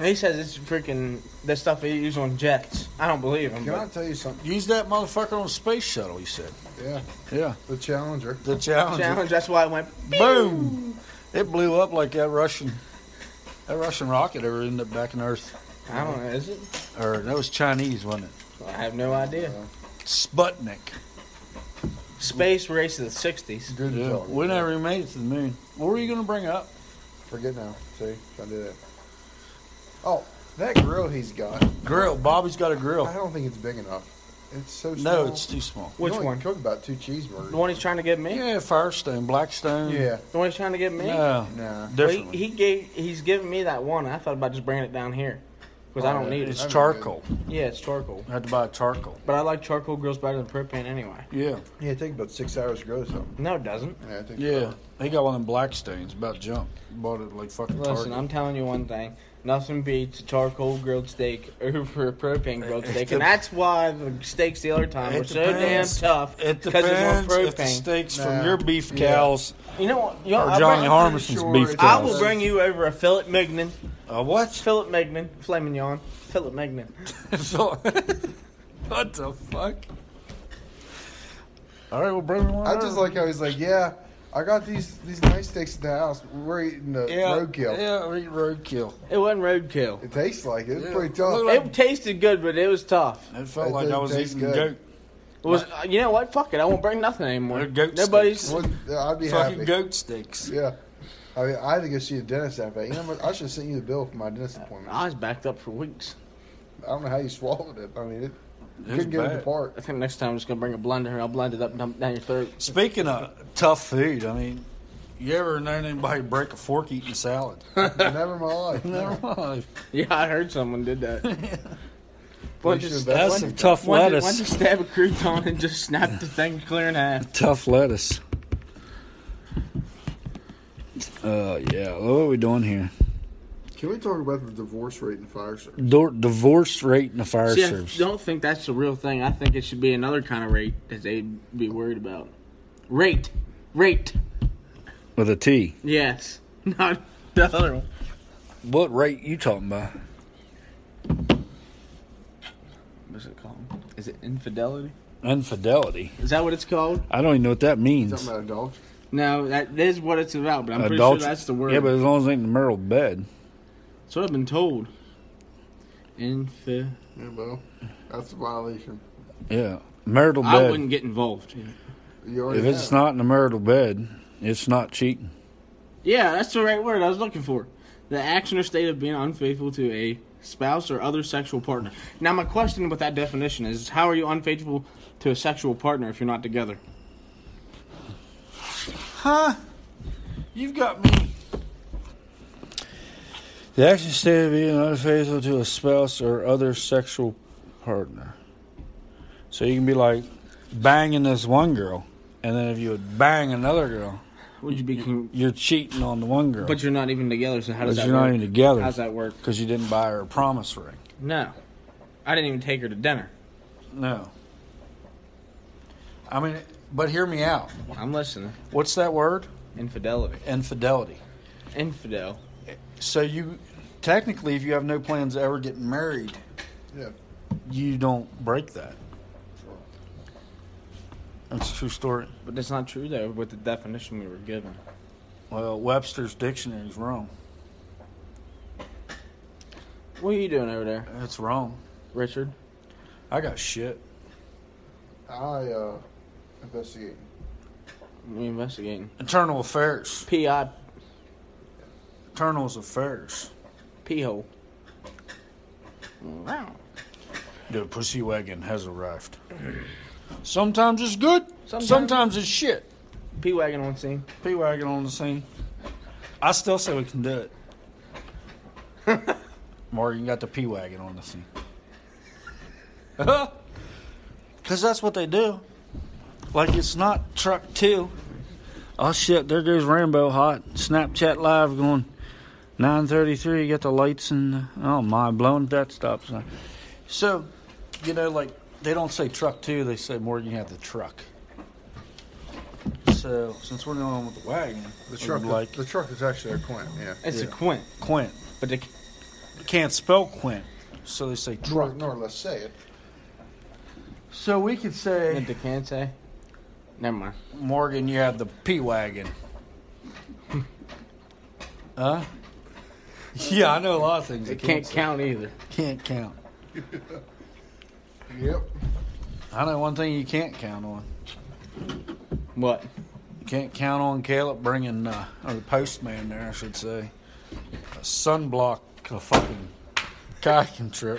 [SPEAKER 2] He says it's freaking the stuff they use on jets. I don't believe him.
[SPEAKER 4] Can I
[SPEAKER 2] But
[SPEAKER 4] tell you something?
[SPEAKER 1] Use that motherfucker on the space shuttle. He said.
[SPEAKER 4] Yeah.
[SPEAKER 1] Yeah.
[SPEAKER 4] The Challenger.
[SPEAKER 1] The challenge.
[SPEAKER 2] challenge. That's why I went.
[SPEAKER 1] Boom! It blew up like that Russian. That Russian rocket ever ended up back in Earth,
[SPEAKER 2] I don't know. Is it?
[SPEAKER 1] or that was Chinese, wasn't it?
[SPEAKER 2] I have no idea.
[SPEAKER 1] Sputnik.
[SPEAKER 2] Space race of the '60s.
[SPEAKER 4] Good
[SPEAKER 1] Yeah.
[SPEAKER 4] job.
[SPEAKER 1] We never even made it to the moon. What were you gonna bring up?
[SPEAKER 4] Forget now. See, I did it. Oh, That grill he's got,
[SPEAKER 1] Grill. Bobby's got a
[SPEAKER 4] I
[SPEAKER 1] grill.
[SPEAKER 4] don't think it's big enough. It's so small.
[SPEAKER 1] No, it's too small.
[SPEAKER 4] You
[SPEAKER 2] Which
[SPEAKER 4] only
[SPEAKER 2] one?
[SPEAKER 4] Cook about two cheeseburgers.
[SPEAKER 2] The one he's trying to get me.
[SPEAKER 1] Yeah, Firestone, Blackstone.
[SPEAKER 4] Yeah,
[SPEAKER 2] The one he's trying to get me.
[SPEAKER 1] No,
[SPEAKER 4] nah.
[SPEAKER 2] Well,
[SPEAKER 1] different.
[SPEAKER 2] he, he gave. He's giving me that one. I thought about just bringing it down here because I
[SPEAKER 4] Oh,
[SPEAKER 2] don't need
[SPEAKER 1] it's
[SPEAKER 2] it.
[SPEAKER 4] that'd be
[SPEAKER 1] charcoal.
[SPEAKER 2] Yeah, it's charcoal.
[SPEAKER 1] I had to buy charcoal.
[SPEAKER 2] But I like charcoal grills better than propane anyway.
[SPEAKER 1] Yeah,
[SPEAKER 4] Yeah, it takes about six hours to go to something.
[SPEAKER 2] No, it doesn't.
[SPEAKER 4] Yeah, I think
[SPEAKER 1] yeah. He got one of them Blackstones, about junk. Bought it like fucking
[SPEAKER 2] Listen,
[SPEAKER 1] Target.
[SPEAKER 2] I'm telling you one thing. Nothing beats a charcoal grilled steak over a propane grilled steak, and that's why the steaks the other time
[SPEAKER 1] It
[SPEAKER 2] were so damn
[SPEAKER 1] depends.
[SPEAKER 2] tough
[SPEAKER 1] It
[SPEAKER 2] because it's
[SPEAKER 1] depends
[SPEAKER 2] on
[SPEAKER 1] if the
[SPEAKER 2] propane.
[SPEAKER 1] steaks
[SPEAKER 4] Nah.
[SPEAKER 1] from your beef
[SPEAKER 4] Yeah.
[SPEAKER 1] cows
[SPEAKER 2] you know what? Yo,
[SPEAKER 1] or
[SPEAKER 2] I,
[SPEAKER 1] Johnny
[SPEAKER 2] bring-
[SPEAKER 1] Harmison's
[SPEAKER 4] sure
[SPEAKER 1] beef
[SPEAKER 4] it's-
[SPEAKER 2] I
[SPEAKER 1] cows.
[SPEAKER 2] will bring you over a fillet mignon,
[SPEAKER 1] A what?
[SPEAKER 2] fillet mignon, filet mignon, fillet mignon.
[SPEAKER 1] So- what the fuck? All right, we'll bring me one.
[SPEAKER 4] I
[SPEAKER 1] over.
[SPEAKER 4] just like how he's like, yeah, I got these these nice steaks at the house. We're eating the
[SPEAKER 1] yeah,
[SPEAKER 4] roadkill.
[SPEAKER 1] Yeah, we eat roadkill.
[SPEAKER 2] It wasn't roadkill.
[SPEAKER 4] It tastes like it. It's
[SPEAKER 1] Yeah.
[SPEAKER 4] pretty tough.
[SPEAKER 1] Look like-
[SPEAKER 2] It tasted good, but it was tough.
[SPEAKER 1] It felt
[SPEAKER 4] It
[SPEAKER 1] like I
[SPEAKER 4] doesn't
[SPEAKER 1] was
[SPEAKER 4] taste
[SPEAKER 1] eating
[SPEAKER 4] good.
[SPEAKER 1] goat.
[SPEAKER 2] It was uh, you know what? Fuck it. I won't bring nothing anymore.
[SPEAKER 1] They're goat
[SPEAKER 2] Nobody's.
[SPEAKER 4] What- yeah, I'd be
[SPEAKER 1] Fucking
[SPEAKER 4] happy.
[SPEAKER 1] goat steaks.
[SPEAKER 4] Yeah. I mean, I had to go see a dentist after that. You know, what? I should have sent you the bill for my dentist appointment.
[SPEAKER 2] I was backed up for weeks.
[SPEAKER 4] I don't know how you swallowed it. I mean, it,
[SPEAKER 1] It was
[SPEAKER 4] couldn't get it
[SPEAKER 1] bad.
[SPEAKER 4] apart.
[SPEAKER 2] I think next time I'm just gonna bring a blender and I'll blend it up and dump it down your throat.
[SPEAKER 1] Speaking of tough food, I mean, you ever known anybody break a fork eating a salad?
[SPEAKER 4] Never in my life.
[SPEAKER 1] Never mind.
[SPEAKER 2] Yeah, I heard someone did that.
[SPEAKER 4] We
[SPEAKER 2] One
[SPEAKER 4] should
[SPEAKER 2] just-
[SPEAKER 4] have
[SPEAKER 1] That's
[SPEAKER 2] one-
[SPEAKER 1] some tough
[SPEAKER 2] one
[SPEAKER 1] lettuce.
[SPEAKER 2] just- One just stab a crouton and just snap the thing clear in half.
[SPEAKER 1] Tough lettuce. Uh, yeah. What are we doing here?
[SPEAKER 4] Can we talk about the divorce rate in fire service?
[SPEAKER 1] Dor- divorce rate in the fire
[SPEAKER 2] See, I
[SPEAKER 1] service.
[SPEAKER 2] don't think that's the real thing. I think it should be another kind of rate that they'd be worried about. Rate, rate.
[SPEAKER 1] With a T.
[SPEAKER 2] Yes, not the other one.
[SPEAKER 1] What rate you talking about?
[SPEAKER 2] What's it called? Is it infidelity?
[SPEAKER 1] Infidelity.
[SPEAKER 2] Is that what it's called?
[SPEAKER 1] I don't even know what that means.
[SPEAKER 4] Something about adults.
[SPEAKER 2] No, that is what it's about. But I'm pretty
[SPEAKER 1] Adultery.
[SPEAKER 2] sure that's the word.
[SPEAKER 1] Yeah, but as long as it ain't in the marital bed.
[SPEAKER 2] that's what I've been told. Infi.
[SPEAKER 4] Yeah, well, that's a violation.
[SPEAKER 1] Yeah, marital bed.
[SPEAKER 2] I wouldn't get involved.
[SPEAKER 4] You already
[SPEAKER 1] If it's
[SPEAKER 4] have.
[SPEAKER 1] not in the marital bed, it's not cheating.
[SPEAKER 2] Yeah, that's the right word I was looking for. The action or state of being unfaithful to a spouse or other sexual partner. Now, my question with that definition is how are you unfaithful to a sexual partner if you're not together?
[SPEAKER 1] Huh? You've got me. The action state of being unfaithful to a spouse or other sexual partner. So you can be like banging this one girl, and then if you would bang another girl,
[SPEAKER 2] Would you be. Con-
[SPEAKER 1] you're cheating on the one girl.
[SPEAKER 2] but you're not even together, so how does
[SPEAKER 1] But
[SPEAKER 2] that
[SPEAKER 1] you're not
[SPEAKER 2] work?
[SPEAKER 1] even together.
[SPEAKER 2] How's that work?
[SPEAKER 1] Because you didn't buy her a promise ring.
[SPEAKER 2] No. I didn't even take her to dinner.
[SPEAKER 1] No. I mean, but hear me out.
[SPEAKER 2] I'm listening.
[SPEAKER 1] What's that word?
[SPEAKER 2] Infidelity.
[SPEAKER 1] Infidelity.
[SPEAKER 2] Infidel.
[SPEAKER 1] So you technically, if you have no plans of ever getting married,
[SPEAKER 4] Yeah.
[SPEAKER 1] you don't break that. That's a true story.
[SPEAKER 2] But that's not true, though, with the definition we were given.
[SPEAKER 1] Well, Webster's dictionary is wrong.
[SPEAKER 2] What are you doing over there,
[SPEAKER 1] It's wrong.
[SPEAKER 2] Richard?
[SPEAKER 1] I got shit.
[SPEAKER 4] I, uh, investigate.
[SPEAKER 2] We investigating.
[SPEAKER 1] Internal affairs.
[SPEAKER 2] P.I.
[SPEAKER 1] Internal affairs.
[SPEAKER 2] Pee hole.
[SPEAKER 1] The pussy wagon has arrived. Sometimes it's good. Sometimes,
[SPEAKER 2] Sometimes-
[SPEAKER 1] it's shit.
[SPEAKER 2] Pee wagon on scene.
[SPEAKER 1] P wagon on the scene. I still say we can do it. Morgan got the P wagon on the scene. Because that's what they do. Like it's not truck two. Oh shit! There goes Rambo hot. Snapchat live going. 9:33. Got the lights and oh my, blowing that stop sign. So, you know, like they don't say truck two. They say Morgan you have the truck. So since we're going with the wagon,
[SPEAKER 4] The truck,
[SPEAKER 1] we'd like
[SPEAKER 4] the truck is actually a Quint, yeah.
[SPEAKER 2] It's a quint,
[SPEAKER 1] Quint,
[SPEAKER 2] but the,
[SPEAKER 1] can't spell Quint, so they say truck.
[SPEAKER 4] Truck, nor let's say it.
[SPEAKER 1] So we could
[SPEAKER 2] the
[SPEAKER 1] say
[SPEAKER 2] decante. Never mind.
[SPEAKER 1] Morgan, you have the P wagon. huh? Yeah, I know a lot of things. I
[SPEAKER 2] It can't count either.
[SPEAKER 1] Can't count.
[SPEAKER 4] Yep.
[SPEAKER 1] I know one thing you can't count on.
[SPEAKER 2] What?
[SPEAKER 1] You can't count on Caleb bringing, uh, or the postman there, I should say, a sunblock to fucking God can trip.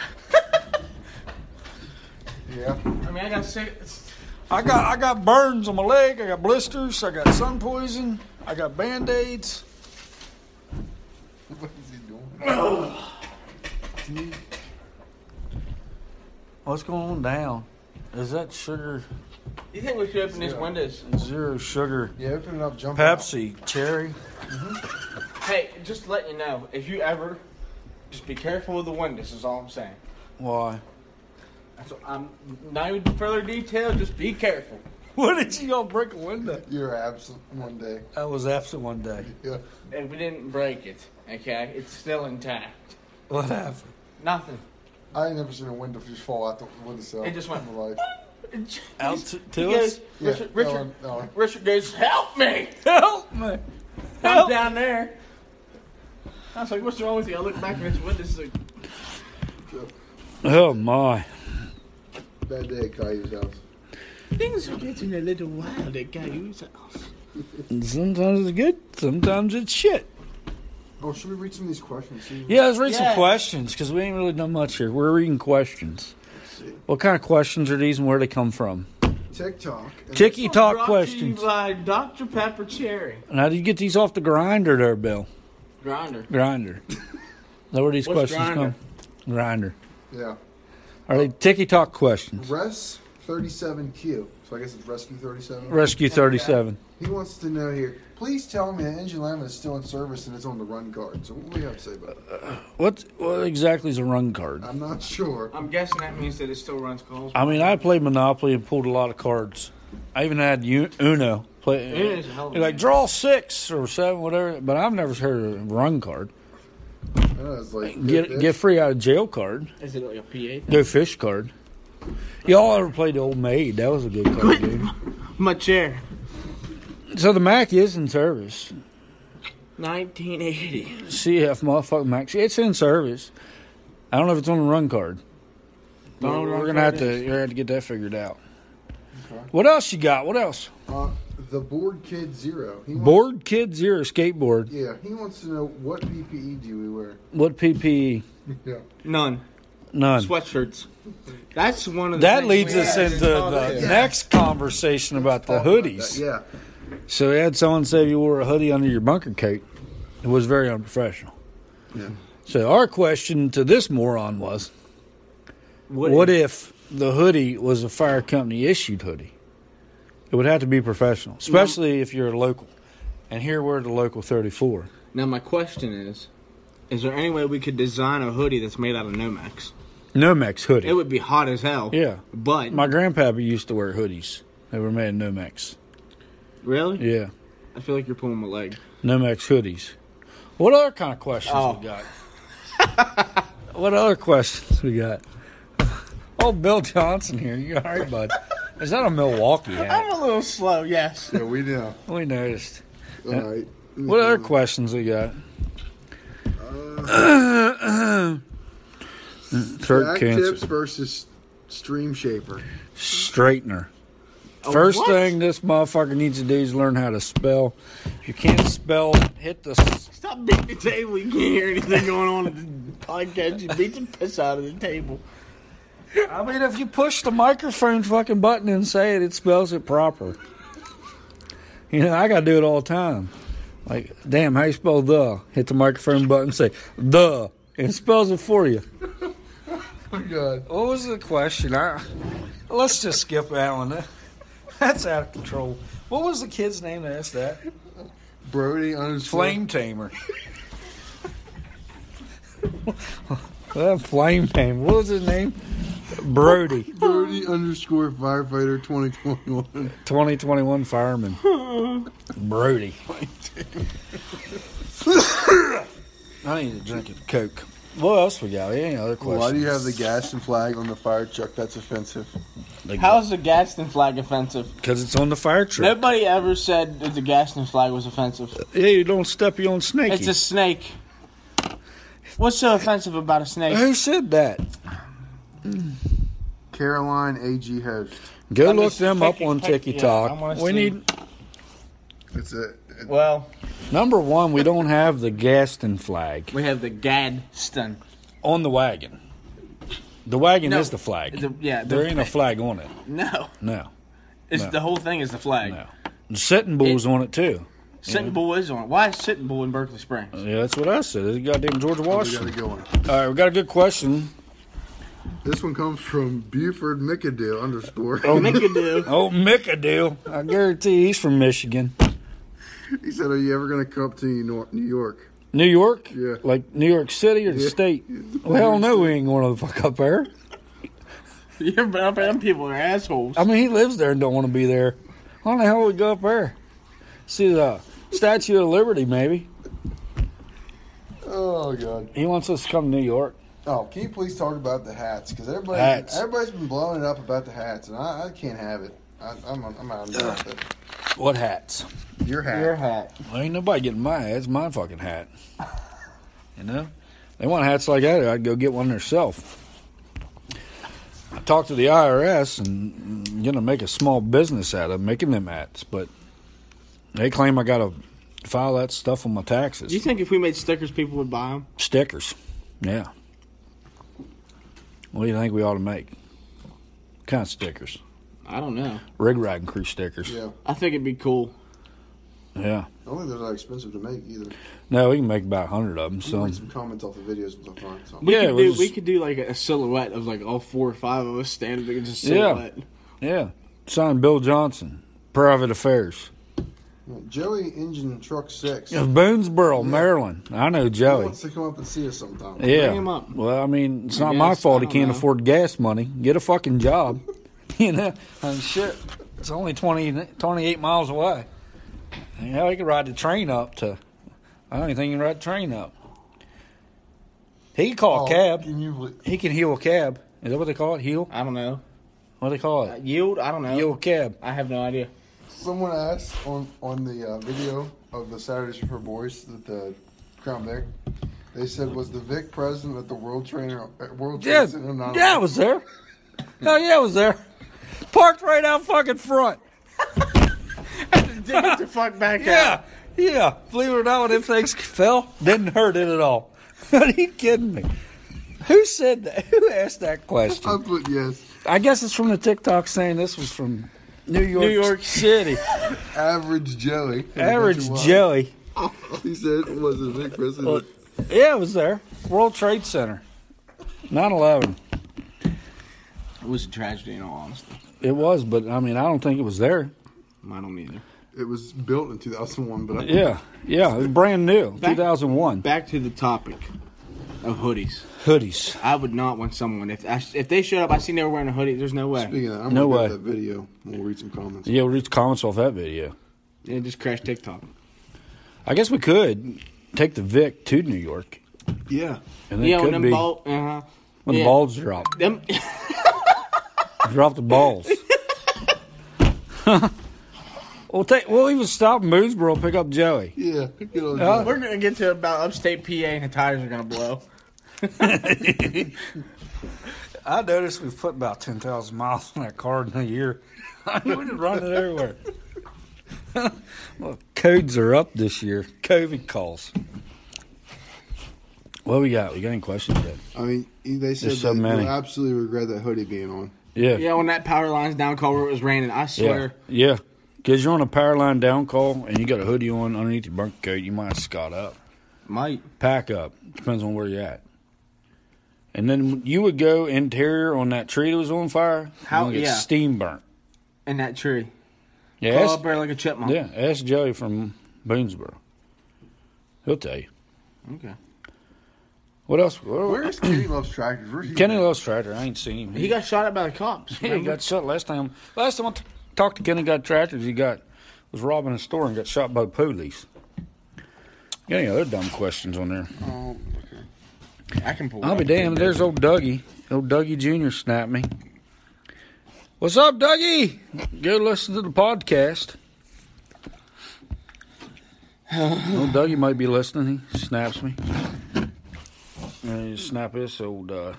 [SPEAKER 4] Yeah.
[SPEAKER 2] I mean, I got six.
[SPEAKER 1] I got I got burns on my leg. I got blisters. I got sun poison. I got band aids.
[SPEAKER 4] What is he doing?
[SPEAKER 1] What's going down? Is that sugar?
[SPEAKER 2] You think we should open these
[SPEAKER 4] Yeah.
[SPEAKER 2] windows?
[SPEAKER 1] Zero sugar.
[SPEAKER 4] Yeah, open it up, jump.
[SPEAKER 1] Pepsi, cherry.
[SPEAKER 2] Hey, just let you know, if you ever, just be careful with the windows. Is all I'm saying.
[SPEAKER 1] Why?
[SPEAKER 2] That's what I'm not even further detail. Just be careful.
[SPEAKER 1] What did you gonna break a window?
[SPEAKER 4] You're absent one day.
[SPEAKER 1] I was absent one day.
[SPEAKER 4] Yeah.
[SPEAKER 2] And we didn't break it. Okay, it's still intact.
[SPEAKER 1] What happened?
[SPEAKER 2] Nothing.
[SPEAKER 4] I ain't never seen a window just fall out the windowsill.
[SPEAKER 2] It just went-
[SPEAKER 4] in my life.
[SPEAKER 1] Out to, to
[SPEAKER 2] He
[SPEAKER 1] us?
[SPEAKER 2] goes-
[SPEAKER 4] Yeah,
[SPEAKER 2] Richard,
[SPEAKER 4] that
[SPEAKER 2] Richard,
[SPEAKER 4] one- that one.
[SPEAKER 2] Richard goes, help me!
[SPEAKER 1] Help me!
[SPEAKER 2] I'm
[SPEAKER 1] Help!
[SPEAKER 2] down there. I was like, what's wrong with you? I look back at this window. It's like,
[SPEAKER 1] Oh my!
[SPEAKER 4] Bad day at Caillou's house.
[SPEAKER 2] things are getting a little wild at Guy's house.
[SPEAKER 1] Sometimes it's good. Sometimes it's shit.
[SPEAKER 4] Oh, should we read some of these questions? See,
[SPEAKER 1] Yeah, let's read some
[SPEAKER 2] Yeah.
[SPEAKER 1] questions because we ain't really done much here. We're reading questions.
[SPEAKER 4] see.
[SPEAKER 1] What kind of questions are these and where do they come from?
[SPEAKER 4] TikTok. and-
[SPEAKER 1] Tiki talk
[SPEAKER 2] Brought
[SPEAKER 1] questions.
[SPEAKER 2] To you by Dr. Pepper Cherry.
[SPEAKER 1] Now, did you get these off the grinder there, Bill?
[SPEAKER 2] Grinder.
[SPEAKER 1] Grinder. Is that where these
[SPEAKER 2] What's
[SPEAKER 1] questions
[SPEAKER 2] Grindr?
[SPEAKER 1] come? Grinder.
[SPEAKER 4] Yeah.
[SPEAKER 1] Are they Tiki Talk questions?
[SPEAKER 4] Res 37Q. So I guess it's Rescue 37.
[SPEAKER 1] Rescue 37.
[SPEAKER 4] He wants to know here. Please tell me that Engine Lamb is still in service and it's on the run guard. So what do we have to say about it?
[SPEAKER 1] What, what exactly is a run card?
[SPEAKER 4] I'm not sure.
[SPEAKER 2] I'm guessing that means that it still runs calls.
[SPEAKER 1] I mean, I played Monopoly and pulled a lot of cards. I even had U- Uno. Play,
[SPEAKER 2] Uno's a hell of a
[SPEAKER 1] like
[SPEAKER 2] game.
[SPEAKER 1] draw six or seven, whatever. But I've never heard of a run card.
[SPEAKER 4] I was like,
[SPEAKER 1] Get
[SPEAKER 4] good
[SPEAKER 1] get
[SPEAKER 4] bitch.
[SPEAKER 1] free out of jail card.
[SPEAKER 2] Is it like a PA?
[SPEAKER 1] Go fish card. Y'all ever played the old maid? That was a good card game.
[SPEAKER 2] My chair.
[SPEAKER 1] So the Mac is in service.
[SPEAKER 2] 1980.
[SPEAKER 1] CF motherfucking Mac. It's in service. I don't know if it's on the run card.
[SPEAKER 2] Don't know what
[SPEAKER 1] we're
[SPEAKER 2] run
[SPEAKER 1] gonna
[SPEAKER 2] card
[SPEAKER 1] have to
[SPEAKER 2] is.
[SPEAKER 1] we're gonna have to get that figured out. What else you got? What else?
[SPEAKER 4] Uh, the board kid zero. He wants,
[SPEAKER 1] Board kid zero skateboard.
[SPEAKER 4] Yeah, he wants to know what PPE do we wear?
[SPEAKER 1] What PPE?
[SPEAKER 4] Yeah.
[SPEAKER 2] None.
[SPEAKER 1] None.
[SPEAKER 2] Sweatshirts. That's one of the
[SPEAKER 1] That
[SPEAKER 2] things
[SPEAKER 1] leads
[SPEAKER 2] we
[SPEAKER 1] us
[SPEAKER 2] had.
[SPEAKER 1] into the
[SPEAKER 2] Yeah.
[SPEAKER 1] next conversation about the hoodies.
[SPEAKER 4] Yeah.
[SPEAKER 1] So we had someone say if you wore a hoodie under your bunker coat, it was very unprofessional.
[SPEAKER 4] Yeah.
[SPEAKER 1] So our question to this moron was, what if the hoodie was a fire company issued hoodie? It would have to be professional, especially if you're a local. And here we're the local 34.
[SPEAKER 2] Now my question is, is there any way we could design a hoodie that's made out of Nomex?
[SPEAKER 1] Nomex hoodie.
[SPEAKER 2] It would be hot as hell.
[SPEAKER 1] Yeah.
[SPEAKER 2] But
[SPEAKER 1] My grandpappy used to wear hoodies. They were made of Nomex.
[SPEAKER 2] really,
[SPEAKER 1] Yeah,
[SPEAKER 2] I feel like you're pulling my leg.
[SPEAKER 1] Nomex hoodies. What other kind of questions
[SPEAKER 2] Oh.
[SPEAKER 1] we got? what other questions we got? Oh, Bill Johnson here. You all right, bud? Is that a Milwaukee hat?
[SPEAKER 2] a little slow. Yes.
[SPEAKER 4] Yeah, we know.
[SPEAKER 1] We noticed.
[SPEAKER 4] All right.
[SPEAKER 1] Uh, What other questions we got? Third
[SPEAKER 4] Back tips
[SPEAKER 1] cancer.
[SPEAKER 4] versus Stream Shaper.
[SPEAKER 1] Straightener. First
[SPEAKER 2] what?
[SPEAKER 1] thing this motherfucker needs to do is learn how to spell. If you can't spell, hit the s-
[SPEAKER 2] Stop beating the table. You can't hear anything going on at the podcast. You beat the piss out of the table.
[SPEAKER 1] I mean, if you push the microphone fucking button and say it, it spells it proper. You know, I got to do it all the time. Like, damn, how you spell the? Hit the microphone button, say the, and it spells it for you.
[SPEAKER 4] Oh, God.
[SPEAKER 1] What was the question? I, let's just skip Alan. That's out of control. What was the kid's name that asked that?
[SPEAKER 4] Brody on his
[SPEAKER 1] Flame Tamer. Well, flame Tamer. What was his name? Brody.
[SPEAKER 4] Brody underscore firefighter 2021.
[SPEAKER 1] 2021 fireman. Brody. I need to drink a Coke. What else we got? Any other questions?
[SPEAKER 4] Why do you have the Gaston flag on the fire truck? That's offensive.
[SPEAKER 2] How's the Gaston flag offensive?
[SPEAKER 1] Because it's on the fire truck.
[SPEAKER 2] Nobody ever said that the Gaston flag was offensive.
[SPEAKER 1] Yeah, you don't step your own snake.
[SPEAKER 2] It's a snake. What's so offensive about a snake?
[SPEAKER 1] Who said that?
[SPEAKER 4] Caroline A.G. Host.
[SPEAKER 1] Go
[SPEAKER 2] I'm
[SPEAKER 1] look
[SPEAKER 2] just
[SPEAKER 1] them up
[SPEAKER 2] thinking-
[SPEAKER 1] on
[SPEAKER 2] think- yeah, I
[SPEAKER 1] TikTok.
[SPEAKER 2] wanna
[SPEAKER 1] we
[SPEAKER 2] see.
[SPEAKER 1] need
[SPEAKER 4] It's a.
[SPEAKER 2] Well,
[SPEAKER 1] number one. We don't have the Gaston flag
[SPEAKER 2] we have the Gadston.
[SPEAKER 1] on the wagon. The wagon
[SPEAKER 2] No.
[SPEAKER 1] is the flag.
[SPEAKER 2] The- yeah, the-
[SPEAKER 1] there ain't a flag on it.
[SPEAKER 2] No,
[SPEAKER 1] No,
[SPEAKER 2] it's
[SPEAKER 1] No.
[SPEAKER 2] the whole thing is the flag.
[SPEAKER 1] no. The sitting bull's on it too.
[SPEAKER 2] Sitting Bull is on. it. Why is Sitting Bull in Berkeley Springs?
[SPEAKER 1] Yeah, that's what I said. It's goddamn George
[SPEAKER 4] We got a
[SPEAKER 1] Washington.
[SPEAKER 4] good one.
[SPEAKER 1] All right, we got a good question.
[SPEAKER 4] This one comes from Buford McAdoo underscore.
[SPEAKER 1] Uh,
[SPEAKER 2] Make it do.
[SPEAKER 1] Oh, Mickadoo. I guarantee he's from Michigan.
[SPEAKER 4] he said, "Are you ever going to come up to New Nor- New York?"
[SPEAKER 1] New York?
[SPEAKER 4] Yeah.
[SPEAKER 1] Like New York City or the
[SPEAKER 4] Yeah.
[SPEAKER 1] state? Well, hell no, we ain't going to the fuck up there.
[SPEAKER 2] You're but them people are assholes.
[SPEAKER 1] I mean, he lives there and don't want to be there. Why the hell would we go up there? See the Statue of Liberty, maybe.
[SPEAKER 4] Oh god.
[SPEAKER 1] He wants us to come to New York.
[SPEAKER 4] Oh, can you please talk about the hats? Because everybody,
[SPEAKER 1] Hats.
[SPEAKER 4] everybody's been blowing it up about the hats, and I, I can't have it. I, I'm, I'm out of it.
[SPEAKER 1] What hats?
[SPEAKER 4] Your hat.
[SPEAKER 2] Your hat.
[SPEAKER 1] Well, ain't nobody getting my hat. It's my fucking hat. You know? They want hats like that, I'd go get one herself. I talked to the IRS and going to make a small business out of making them hats, but they claim I got to file that stuff on my taxes.
[SPEAKER 2] Do you think if we made stickers, people would buy them?
[SPEAKER 1] Stickers. Yeah. What do you think we ought to make? What kind of stickers?
[SPEAKER 2] I don't know.
[SPEAKER 1] Rig riding crew stickers.
[SPEAKER 4] Yeah.
[SPEAKER 2] I think it'd be cool.
[SPEAKER 1] Yeah.
[SPEAKER 4] I don't think they're that expensive to make either.
[SPEAKER 1] No, we can make about 100 of them. So.
[SPEAKER 4] Read some comments off the videos with the front. So.
[SPEAKER 2] We
[SPEAKER 1] Yeah,
[SPEAKER 2] could
[SPEAKER 1] we'll
[SPEAKER 2] do,
[SPEAKER 1] just-
[SPEAKER 2] we could do like a silhouette of like all four or five of us standing there, just
[SPEAKER 1] Yeah.
[SPEAKER 2] silhouette.
[SPEAKER 1] Yeah. Signed Bill Johnson, Private Affairs.
[SPEAKER 4] Joey Engine Truck Six.
[SPEAKER 1] Of Boonesboro, Maryland. I know
[SPEAKER 4] He
[SPEAKER 1] Joey.
[SPEAKER 4] wants to come up and see us sometime.
[SPEAKER 1] Yeah.
[SPEAKER 2] him up.
[SPEAKER 1] Well, I mean, it's
[SPEAKER 2] I
[SPEAKER 1] not my
[SPEAKER 2] guess.
[SPEAKER 1] fault he
[SPEAKER 2] I
[SPEAKER 1] can't
[SPEAKER 2] don't know.
[SPEAKER 1] afford gas money. Get a fucking job. you know? And Uh, shit, it's only 20, 28 miles away. And hell, he could ride the train up to. I don't even think he can ride the train up. He can call
[SPEAKER 4] Oh,
[SPEAKER 1] a cab.
[SPEAKER 4] Can you believe?
[SPEAKER 1] He can heal a cab. Is that what they call it? Heal?
[SPEAKER 2] I don't know.
[SPEAKER 1] What do they call
[SPEAKER 2] Uh,
[SPEAKER 1] it?
[SPEAKER 2] Yield? I don't know.
[SPEAKER 1] Heal a cab.
[SPEAKER 2] I have no idea.
[SPEAKER 4] Someone asked on on the uh, video of the Saturdays for Boys that the Crown Vic, they said was the Vic president at the World Trainer at World Trade
[SPEAKER 1] Yeah,
[SPEAKER 4] Center? Not
[SPEAKER 1] yeah, I was there. Hell yeah, I was there. Parked right out fucking front.
[SPEAKER 2] Get the fuck back
[SPEAKER 1] Yeah, yeah. Believe it or not, when them things fell, didn't hurt it at all. Are you kidding me? Who said that? Who asked that
[SPEAKER 4] I
[SPEAKER 1] question?
[SPEAKER 4] put yes.
[SPEAKER 1] I guess it's from the TikTok saying this was from New York,
[SPEAKER 2] New York
[SPEAKER 1] City.
[SPEAKER 4] Average Joey. And a bunch
[SPEAKER 1] Average
[SPEAKER 4] of wives.
[SPEAKER 1] Joey.
[SPEAKER 4] He said was the Vic president.
[SPEAKER 1] Yeah, it was there. World Trade Center. 9-11.
[SPEAKER 2] It was a tragedy in all honesty.
[SPEAKER 1] It was, but I mean, I don't think it was there.
[SPEAKER 2] I don't either.
[SPEAKER 4] it was built in 2001, but I,
[SPEAKER 1] Yeah, yeah. It was brand new,
[SPEAKER 2] Back-
[SPEAKER 1] 2001.
[SPEAKER 2] Back to the topic of hoodies.
[SPEAKER 1] Hoodies.
[SPEAKER 2] I would not want someone if I, if they showed up. I seen they were wearing a hoodie. There's no way.
[SPEAKER 4] speaking of that, I'm
[SPEAKER 1] No
[SPEAKER 4] gonna
[SPEAKER 1] way.
[SPEAKER 4] get that video. We'll read some comments.
[SPEAKER 1] Yeah, we'll read the comments off that video.
[SPEAKER 2] It just crashed TikTok.
[SPEAKER 1] I guess we could take the Vic to New York,
[SPEAKER 4] Yeah.
[SPEAKER 1] and it
[SPEAKER 2] Yeah, when
[SPEAKER 1] could
[SPEAKER 2] them
[SPEAKER 1] be
[SPEAKER 2] ball. Uh huh.
[SPEAKER 1] when
[SPEAKER 2] yeah.
[SPEAKER 1] the balls drop.
[SPEAKER 2] Them,
[SPEAKER 1] Drop the balls. we'll take. We'll even stop in Boonesboro and pick up Joey.
[SPEAKER 4] Yeah. Good old
[SPEAKER 1] Yeah.
[SPEAKER 4] Joey.
[SPEAKER 2] we're gonna get to about upstate PA and the tires are gonna blow.
[SPEAKER 1] I noticed we put about ten thousand miles on that car in a year. I mean, we just run it everywhere. well, codes are up this year. COVID calls. What we got? We got any questions yet?
[SPEAKER 4] I mean, he- they said
[SPEAKER 1] There's so
[SPEAKER 4] that
[SPEAKER 1] many.
[SPEAKER 4] you'll absolutely regret that hoodie being on.
[SPEAKER 1] Yeah.
[SPEAKER 2] Yeah, when that power line's down, call where it was raining. I
[SPEAKER 1] Yeah.
[SPEAKER 2] swear.
[SPEAKER 1] Yeah. Because you're on a power line down call and you got a hoodie on underneath your bunk coat, you might scot up.
[SPEAKER 2] Might.
[SPEAKER 1] Pack up. Depends on where you're at. And then you would go interior on that tree that was on fire.
[SPEAKER 2] How-
[SPEAKER 1] you
[SPEAKER 2] yeah.
[SPEAKER 1] steam burnt.
[SPEAKER 2] In that tree. Oh,
[SPEAKER 1] Yeah.
[SPEAKER 2] Call
[SPEAKER 1] Ask,
[SPEAKER 2] up there like a chipmunk.
[SPEAKER 1] yeah. Ask Joey from Boonesboro. He'll tell you.
[SPEAKER 2] Okay.
[SPEAKER 1] What else? What-
[SPEAKER 4] Where is Kenny Loves Tractors? Where's he
[SPEAKER 1] Kenny
[SPEAKER 4] at?
[SPEAKER 1] Loves Tractor. I ain't seen him.
[SPEAKER 2] He got shot at by the cops.
[SPEAKER 1] Yeah, he
[SPEAKER 2] remember?
[SPEAKER 1] got shot last time. Last time I t- talked to Kenny got tractors, he got was robbing a store and got shot by the police. Got any other dumb questions on there?
[SPEAKER 4] Oh, okay.
[SPEAKER 2] I can pull.
[SPEAKER 1] I'll be damned. There's old Dougie. Old Dougie Jr. snapped me. What's up, Dougie? Go listen to the podcast. old Dougie might be listening. He snaps me. And he snap this old uh,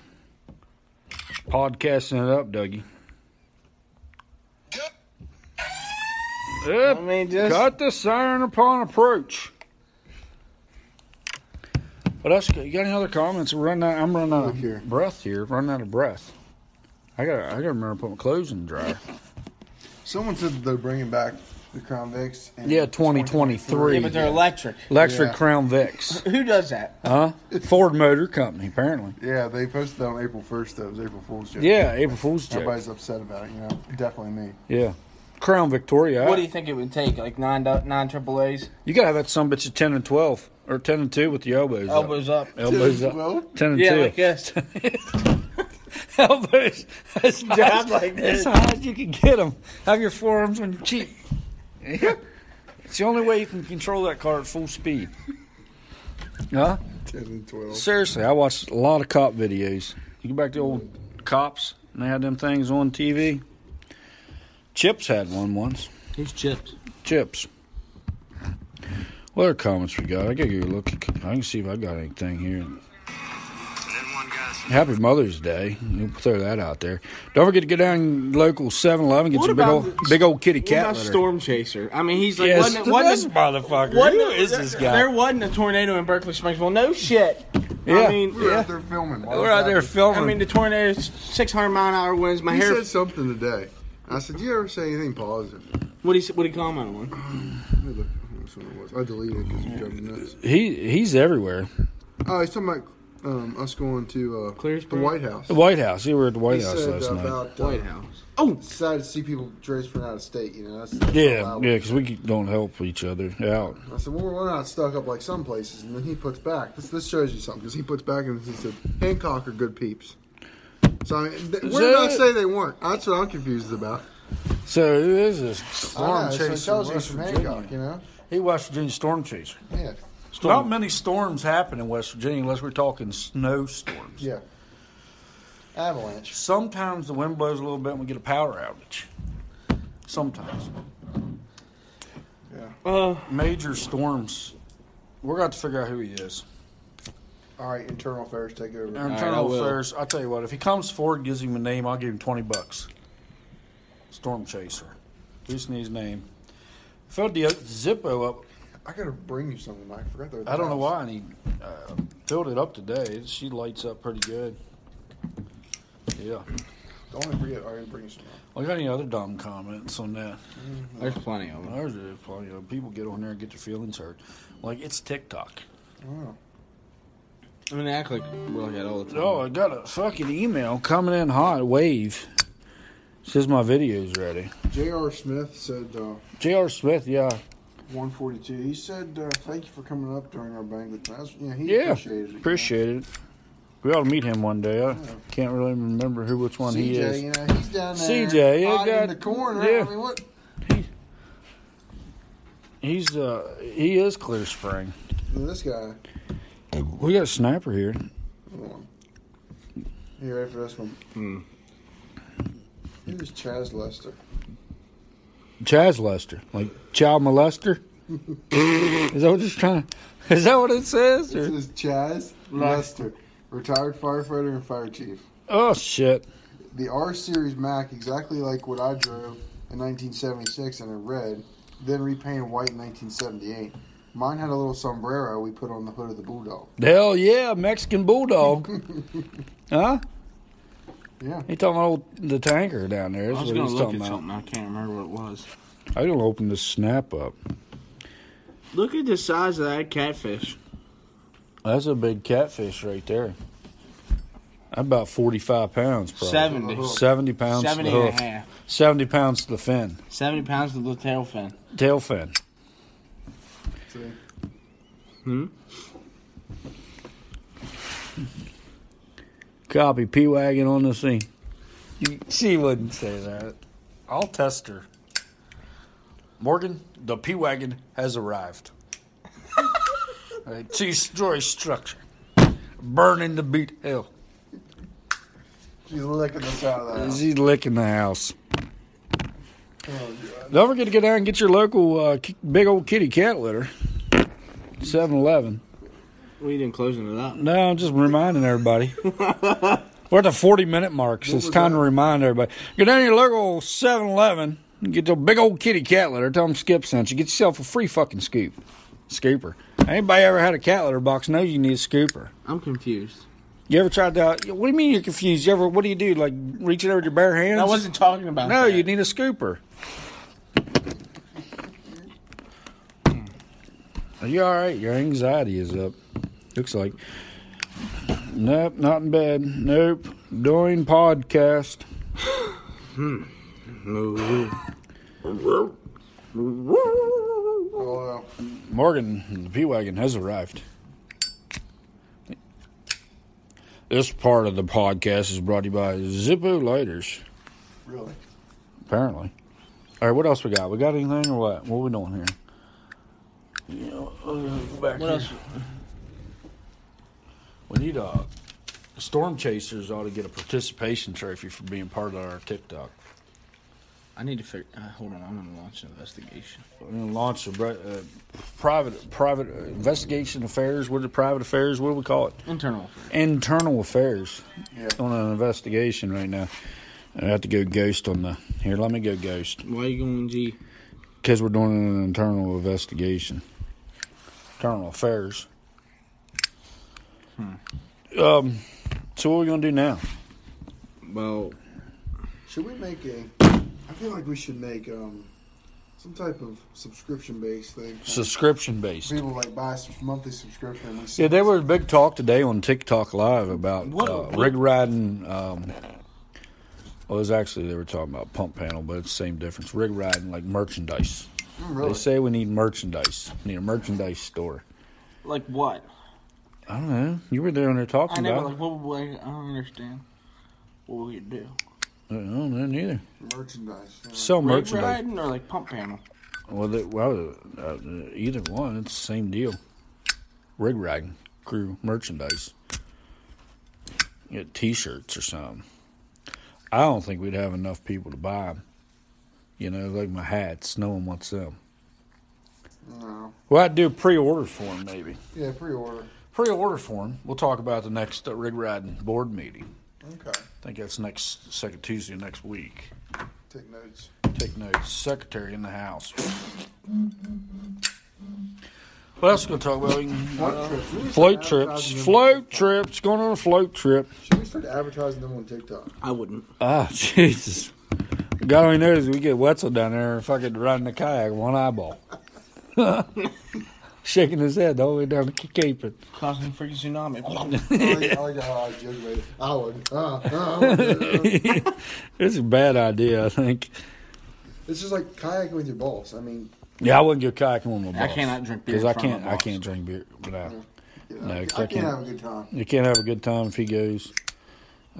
[SPEAKER 1] podcasting it up, Dougie. Yep.
[SPEAKER 2] I mean, just
[SPEAKER 1] Cut the siren upon approach. What else? You got any other comments? We're running out. I'm running out of
[SPEAKER 4] here.
[SPEAKER 1] breath here. Running out of breath. I got. I got to remember to put my clothes in the dryer.
[SPEAKER 4] Someone said that they're bringing back the Crown Vicks. And
[SPEAKER 1] Yeah, 2023.
[SPEAKER 2] Yeah, but they're electric.
[SPEAKER 1] Electric
[SPEAKER 4] Yeah.
[SPEAKER 1] Crown Vicks,
[SPEAKER 2] Who does that?
[SPEAKER 1] huh? Ford Motor Company, apparently.
[SPEAKER 4] Yeah, they posted that on April 1st, though. It was April Fool's joke.
[SPEAKER 1] Yeah, April Fool's joke.
[SPEAKER 4] Everybody's upset about it, you know. Definitely me.
[SPEAKER 1] Yeah, Crown Victoria.
[SPEAKER 2] What do you think it would take? Like nine do- nine triple A's,
[SPEAKER 1] You gotta have that some bitch at ten and twelve or ten and two with the elbows.
[SPEAKER 2] elbows up.
[SPEAKER 1] Up. Elbows
[SPEAKER 4] 10 and
[SPEAKER 1] up.
[SPEAKER 4] 12?
[SPEAKER 1] Ten and
[SPEAKER 2] Yeah,
[SPEAKER 1] two.
[SPEAKER 2] like this.
[SPEAKER 1] elbows as high, as-
[SPEAKER 2] like
[SPEAKER 1] as
[SPEAKER 2] this.
[SPEAKER 1] high as you can get them. Have your forearms on your cheek. Yeah. It's the only way you can control that car at full speed. Huh?
[SPEAKER 4] 10 and 12.
[SPEAKER 1] Seriously, I watched a lot of cop videos. You go back to old cops and they had them things on TV. Chips had one once.
[SPEAKER 2] Who's chips?
[SPEAKER 1] Chips. What other comments we got? I gotta go look. I can see if I got anything here. Happy Mother's Day. We'll throw that out there. Don't forget to go down to local 7 Eleven get
[SPEAKER 2] What
[SPEAKER 1] your big
[SPEAKER 2] about
[SPEAKER 1] old,
[SPEAKER 2] the-
[SPEAKER 1] big old kitty cat
[SPEAKER 2] what about
[SPEAKER 1] litter.
[SPEAKER 2] Storm Chaser? I mean, he's like,
[SPEAKER 1] Yes,
[SPEAKER 2] wasn't, it- wasn't,
[SPEAKER 1] this motherfucker.
[SPEAKER 2] wasn't
[SPEAKER 1] Who
[SPEAKER 2] it-
[SPEAKER 1] is this
[SPEAKER 2] there-
[SPEAKER 1] guy?
[SPEAKER 2] There wasn't a tornado in Berkeley Springs. Well, no shit.
[SPEAKER 1] Yeah.
[SPEAKER 2] I mean,
[SPEAKER 4] We We're out there filming. Why
[SPEAKER 1] We're
[SPEAKER 4] was
[SPEAKER 1] out there
[SPEAKER 4] that-
[SPEAKER 1] filming.
[SPEAKER 2] I mean, the tornado's 600 mile an hour winds. My
[SPEAKER 4] He
[SPEAKER 2] hair.
[SPEAKER 4] said something today. I said, "Do you ever say anything positive?"
[SPEAKER 2] what do you what do you comment on?
[SPEAKER 4] Let me look which one it was. I deleted it because you drove me nuts.
[SPEAKER 1] he he's everywhere.
[SPEAKER 4] Oh, he's talking about um, us going to uh, the
[SPEAKER 2] Clearsburg?
[SPEAKER 4] White House.
[SPEAKER 1] The White House. You were at the White
[SPEAKER 4] He
[SPEAKER 1] House
[SPEAKER 4] said
[SPEAKER 1] last night.
[SPEAKER 4] about uh,
[SPEAKER 2] White House. Oh,
[SPEAKER 4] decided to see people transferring out of state. You know, that's,
[SPEAKER 1] Yeah, yeah, because we keep- don't help each other out.
[SPEAKER 4] I said, well, we're not stuck up like some places. And then he puts back. This, this shows you something because he puts back and he said, Hancock are good peeps. So I mean, th- where did I
[SPEAKER 1] that-
[SPEAKER 4] say they weren't? That's what I'm confused about.
[SPEAKER 1] So who is this storm
[SPEAKER 4] I know, so it
[SPEAKER 1] chaser?
[SPEAKER 4] tells you
[SPEAKER 1] West
[SPEAKER 4] from
[SPEAKER 1] Virginia?
[SPEAKER 4] Hancock, you know.
[SPEAKER 1] He West Virginia storm chaser.
[SPEAKER 4] Yeah,
[SPEAKER 1] Not many storms happen in West Virginia unless we're talking snowstorms.
[SPEAKER 4] yeah. Avalanche.
[SPEAKER 1] Sometimes the wind blows a little bit and we get a power outage. Sometimes.
[SPEAKER 2] uh,
[SPEAKER 1] Major storms. We're going to have to figure out who he is.
[SPEAKER 4] All right, internal affairs take over.
[SPEAKER 1] Our
[SPEAKER 2] right, I
[SPEAKER 1] internal
[SPEAKER 2] will.
[SPEAKER 1] affairs, I'll tell you what, if he comes forward gives him a name, I'll give him 20 bucks. Storm Chaser. We just need his name. Filled the Zippo up.
[SPEAKER 4] I gotta bring you something. Mike. I forgot. there was
[SPEAKER 1] I don't know
[SPEAKER 4] a-
[SPEAKER 1] why I need. Uh, filled it up today. She lights up pretty good. Yeah.
[SPEAKER 4] Don't ever forget. I gotta bring you something.
[SPEAKER 1] I got any other dumb comments on that?
[SPEAKER 2] there's plenty of them.
[SPEAKER 1] Ours are plenty of people get on there and get their feelings hurt. Like it's TikTok.
[SPEAKER 2] I mean, they act like we're like that all the time.
[SPEAKER 1] Oh, I got a fucking email coming in hot. Wave says my video's ready.
[SPEAKER 4] J.R. Smith said uh,
[SPEAKER 1] J.R. Smith, yeah,
[SPEAKER 4] 142. He said, uh, "Thank you for coming up during our banquet." That's, you know, he
[SPEAKER 1] yeah,
[SPEAKER 4] appreciated it. you
[SPEAKER 1] appreciate it. We ought to meet him one day. I can't really remember who which
[SPEAKER 4] know.
[SPEAKER 1] one
[SPEAKER 4] CJ,
[SPEAKER 1] he is.
[SPEAKER 4] you know, he's down there.
[SPEAKER 1] CJ, yeah,
[SPEAKER 4] hiding
[SPEAKER 1] God-
[SPEAKER 4] in the corner.
[SPEAKER 1] yeah.
[SPEAKER 4] I mean, what?
[SPEAKER 1] He's uh he is Clear Spring.
[SPEAKER 4] This guy.
[SPEAKER 1] We got a sniper here.
[SPEAKER 4] Hold on. You ready for this one? Who is Chaz Lester?
[SPEAKER 1] Chaz Lester, like child molester. is that what it's trying? Is that what it says?
[SPEAKER 4] This
[SPEAKER 1] or-
[SPEAKER 4] is Chaz Lester, retired firefighter and fire chief.
[SPEAKER 1] Oh shit!
[SPEAKER 4] The R Series Mac, exactly like what I drove in 1976 in a red, then repainted white in 1978. Mine had a little sombrero we put on the hood of the Bulldog.
[SPEAKER 1] Hell yeah, Mexican bulldog. huh?
[SPEAKER 4] Yeah.
[SPEAKER 1] He talking about old, the tanker down there.
[SPEAKER 2] I
[SPEAKER 1] That's
[SPEAKER 2] was
[SPEAKER 1] what
[SPEAKER 2] gonna
[SPEAKER 1] he's
[SPEAKER 2] look at
[SPEAKER 1] talking about.
[SPEAKER 2] something. I can't remember what it was.
[SPEAKER 1] I don't open this snap up.
[SPEAKER 2] Look at the size of that catfish.
[SPEAKER 1] That's a big catfish right there. About forty-five pounds, probably.
[SPEAKER 2] Seventy.
[SPEAKER 1] Seventy pounds. to
[SPEAKER 2] Seventy
[SPEAKER 1] the
[SPEAKER 2] and a
[SPEAKER 1] hoof.
[SPEAKER 2] half.
[SPEAKER 1] Seventy pounds to the fin,
[SPEAKER 2] Seventy pounds to the tail fin.
[SPEAKER 1] tail fin.
[SPEAKER 4] See?
[SPEAKER 1] Copy P wagon on the scene. You, she wouldn't say that. I'll test her. Morgan, the P wagon has arrived. a two-story structure, burning to beat hell.
[SPEAKER 4] She's licking this out of that.
[SPEAKER 1] She's licking the house. Don't forget to go down and get your local uh, ki- big old kitty cat litter. 7-Eleven.
[SPEAKER 2] We didn't close it up.
[SPEAKER 1] No, I'm just reminding everybody. We're at the 40 minute mark, so it's time to remind everybody. Go down to your local 7 Eleven and get your big old kitty cat litter. Tell them Skip sent you. Get yourself a free fucking scoop. Scooper. Anybody ever had a cat litter box knows you need a scooper.
[SPEAKER 2] I'm confused.
[SPEAKER 1] You ever tried to? What do you mean you're confused? You ever? What do you do? Like reach it over with your bare hands?
[SPEAKER 2] I wasn't talking about.
[SPEAKER 1] No,
[SPEAKER 2] that.
[SPEAKER 1] you need a scooper. Are you all right? Your anxiety is up. Looks like. Nope, not in bed. Nope, doing podcast.
[SPEAKER 4] Oh,
[SPEAKER 1] Morgan, the P wagon has arrived. This part of the podcast is brought to you by Zippo Lighters.
[SPEAKER 4] really?
[SPEAKER 1] Apparently. All right, what else we got? We got anything or what? What we doing here?
[SPEAKER 2] What else?
[SPEAKER 1] We need a storm chasers ought to get a participation trophy for being part of our TikTok.
[SPEAKER 2] I need to figure. Uh, hold on, I'm gonna launch an investigation.
[SPEAKER 1] We're gonna launch a bre- uh, private private uh, investigation affairs. What are private affairs? What do we call it?
[SPEAKER 2] Internal. affairs.
[SPEAKER 1] Internal affairs.
[SPEAKER 4] Yeah.
[SPEAKER 1] On an investigation right now. I have to go ghost on the. Here, let me go ghost
[SPEAKER 2] Why are you going G?
[SPEAKER 1] because we're doing an internal investigation. Internal affairs.
[SPEAKER 2] Hmm.
[SPEAKER 1] Um. So what are we gonna do now?
[SPEAKER 2] Well,
[SPEAKER 4] Should we make a? I feel like we should make um some type of subscription based thing.
[SPEAKER 1] Subscription based.
[SPEAKER 4] People like buy a monthly subscription. And we see
[SPEAKER 1] Yeah, there was a big talk today on TikTok Live about
[SPEAKER 2] What-
[SPEAKER 1] uh, rig riding. Um, well, it was actually they were talking about pump panel, but it's the same difference. Rig riding like merchandise.
[SPEAKER 4] Mm, really?
[SPEAKER 1] They say we need merchandise. We need a merchandise store.
[SPEAKER 2] like what?
[SPEAKER 1] I don't know. You were there when they were talking
[SPEAKER 2] I never
[SPEAKER 1] about. it.
[SPEAKER 2] like. What? would I I don't understand. What would you do?
[SPEAKER 1] I don't know neither.
[SPEAKER 4] merchandise. yeah.
[SPEAKER 1] Sell
[SPEAKER 2] Rig
[SPEAKER 1] merchandise.
[SPEAKER 2] riding or like pump panel?
[SPEAKER 1] Well, they, well, uh, either one, it's the same deal. Rig riding crew merchandise. Get T-shirts or something. I don't think we'd have enough people to buy them. You know, like my hats. No one wants them.
[SPEAKER 4] No.
[SPEAKER 1] Well, I'd do pre-order for them, maybe.
[SPEAKER 4] Yeah, pre-order.
[SPEAKER 1] Pre-order for them. We'll talk about the next uh, rig riding board meeting.
[SPEAKER 4] Okay.
[SPEAKER 1] I think that's next second Tuesday of next week.
[SPEAKER 4] Take notes.
[SPEAKER 1] Take notes. Secretary in the house. What else are we going to talk about? We can-
[SPEAKER 4] Float trips. Uh, We
[SPEAKER 1] Float
[SPEAKER 4] need to start
[SPEAKER 1] trips,
[SPEAKER 4] advertising them.
[SPEAKER 1] float trips, going on a float trip.
[SPEAKER 4] Should we start advertising them on TikTok?
[SPEAKER 2] I wouldn't.
[SPEAKER 1] Ah, Jesus. God only knows we get Wetzel down there fucking riding the kayak, one eyeball. Shaking his head all the way down to Cape. It.
[SPEAKER 2] Causing freaking tsunami.
[SPEAKER 4] I like, I like how I judge it. I would. Uh, uh, I would.
[SPEAKER 1] It's a bad idea, I think.
[SPEAKER 4] it's just like kayaking with your boss. I mean,
[SPEAKER 1] Yeah, I wouldn't go kayaking with my
[SPEAKER 2] I
[SPEAKER 1] boss.
[SPEAKER 2] cannot drink beer
[SPEAKER 1] Because
[SPEAKER 2] in
[SPEAKER 1] I
[SPEAKER 2] front of
[SPEAKER 1] can't,
[SPEAKER 2] my
[SPEAKER 1] I
[SPEAKER 2] boss.
[SPEAKER 1] can't drink beer. But I,
[SPEAKER 4] you
[SPEAKER 1] No,
[SPEAKER 4] know, I,
[SPEAKER 1] because
[SPEAKER 4] I
[SPEAKER 1] I
[SPEAKER 4] can't
[SPEAKER 1] can't-
[SPEAKER 4] have a good time.
[SPEAKER 1] you can't have a good time if he goes.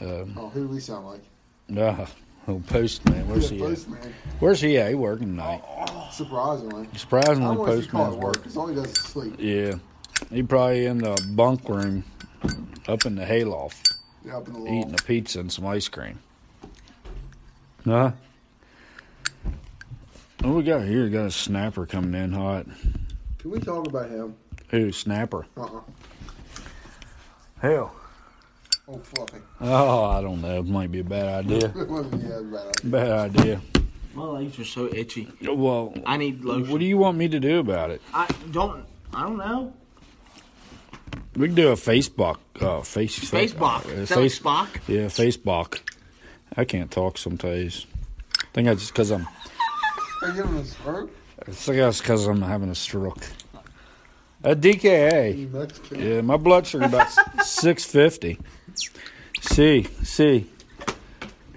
[SPEAKER 4] Oh, who do we sound like?
[SPEAKER 1] Nah, old postman. Where's
[SPEAKER 4] Yeah,
[SPEAKER 1] he at?
[SPEAKER 4] postman.
[SPEAKER 1] Where's he at? He working tonight.
[SPEAKER 4] Surprisingly. I
[SPEAKER 1] Surprisingly,
[SPEAKER 4] don't want to call
[SPEAKER 1] postman's
[SPEAKER 4] it work
[SPEAKER 1] working.
[SPEAKER 4] because all he does is sleep.
[SPEAKER 1] Yeah. He probably in the bunk room up in the hayloft
[SPEAKER 4] You're up in the
[SPEAKER 1] eating
[SPEAKER 4] lawn.
[SPEAKER 1] a pizza and some ice cream. Huh? What we got here? We got a snapper coming in hot.
[SPEAKER 4] Can we talk about him?
[SPEAKER 1] Who? Snapper.
[SPEAKER 4] Uh-uh.
[SPEAKER 1] Hell.
[SPEAKER 4] Oh, fluffy.
[SPEAKER 1] Oh, I don't know. It might be a bad idea.
[SPEAKER 4] yeah, bad idea.
[SPEAKER 1] Bad idea.
[SPEAKER 2] My legs are so itchy.
[SPEAKER 1] Well,
[SPEAKER 2] I need lotion.
[SPEAKER 1] what do you want me to do about it?
[SPEAKER 2] I don't. I don't know.
[SPEAKER 1] We can do a Facebook. Uh, face,
[SPEAKER 2] Facebook.
[SPEAKER 1] uh,
[SPEAKER 2] Is that like Spock?
[SPEAKER 1] Yeah, Facebook. I can't talk some days. I think that's just because I'm
[SPEAKER 4] Are you giving him a stroke?
[SPEAKER 1] It's like that's because I'm having a stroke. A DKA.
[SPEAKER 4] You Mexican.
[SPEAKER 1] Yeah, my blood sugar about 650. See, see.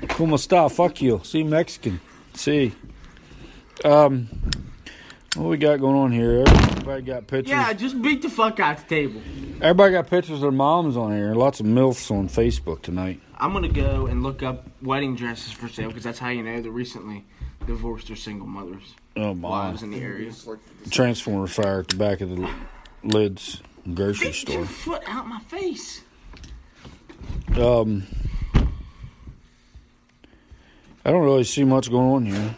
[SPEAKER 1] Como está? Fuck you. See, Mexican. See. Um, what we got going on here? Everybody got pictures.
[SPEAKER 2] Yeah, just beat the fuck out the table.
[SPEAKER 1] Everybody got pictures of their moms on here. Lots of milfs on Facebook tonight.
[SPEAKER 2] I'm gonna go and look up wedding dresses for sale because that's how you know the recently divorced or single mothers,
[SPEAKER 1] Oh my!
[SPEAKER 2] wives in the area.
[SPEAKER 4] It's like this
[SPEAKER 1] Transformer fire at the back of the l- lids grocery
[SPEAKER 2] Get
[SPEAKER 1] store.
[SPEAKER 2] your foot out my face.
[SPEAKER 1] Um, I don't really see much going on here.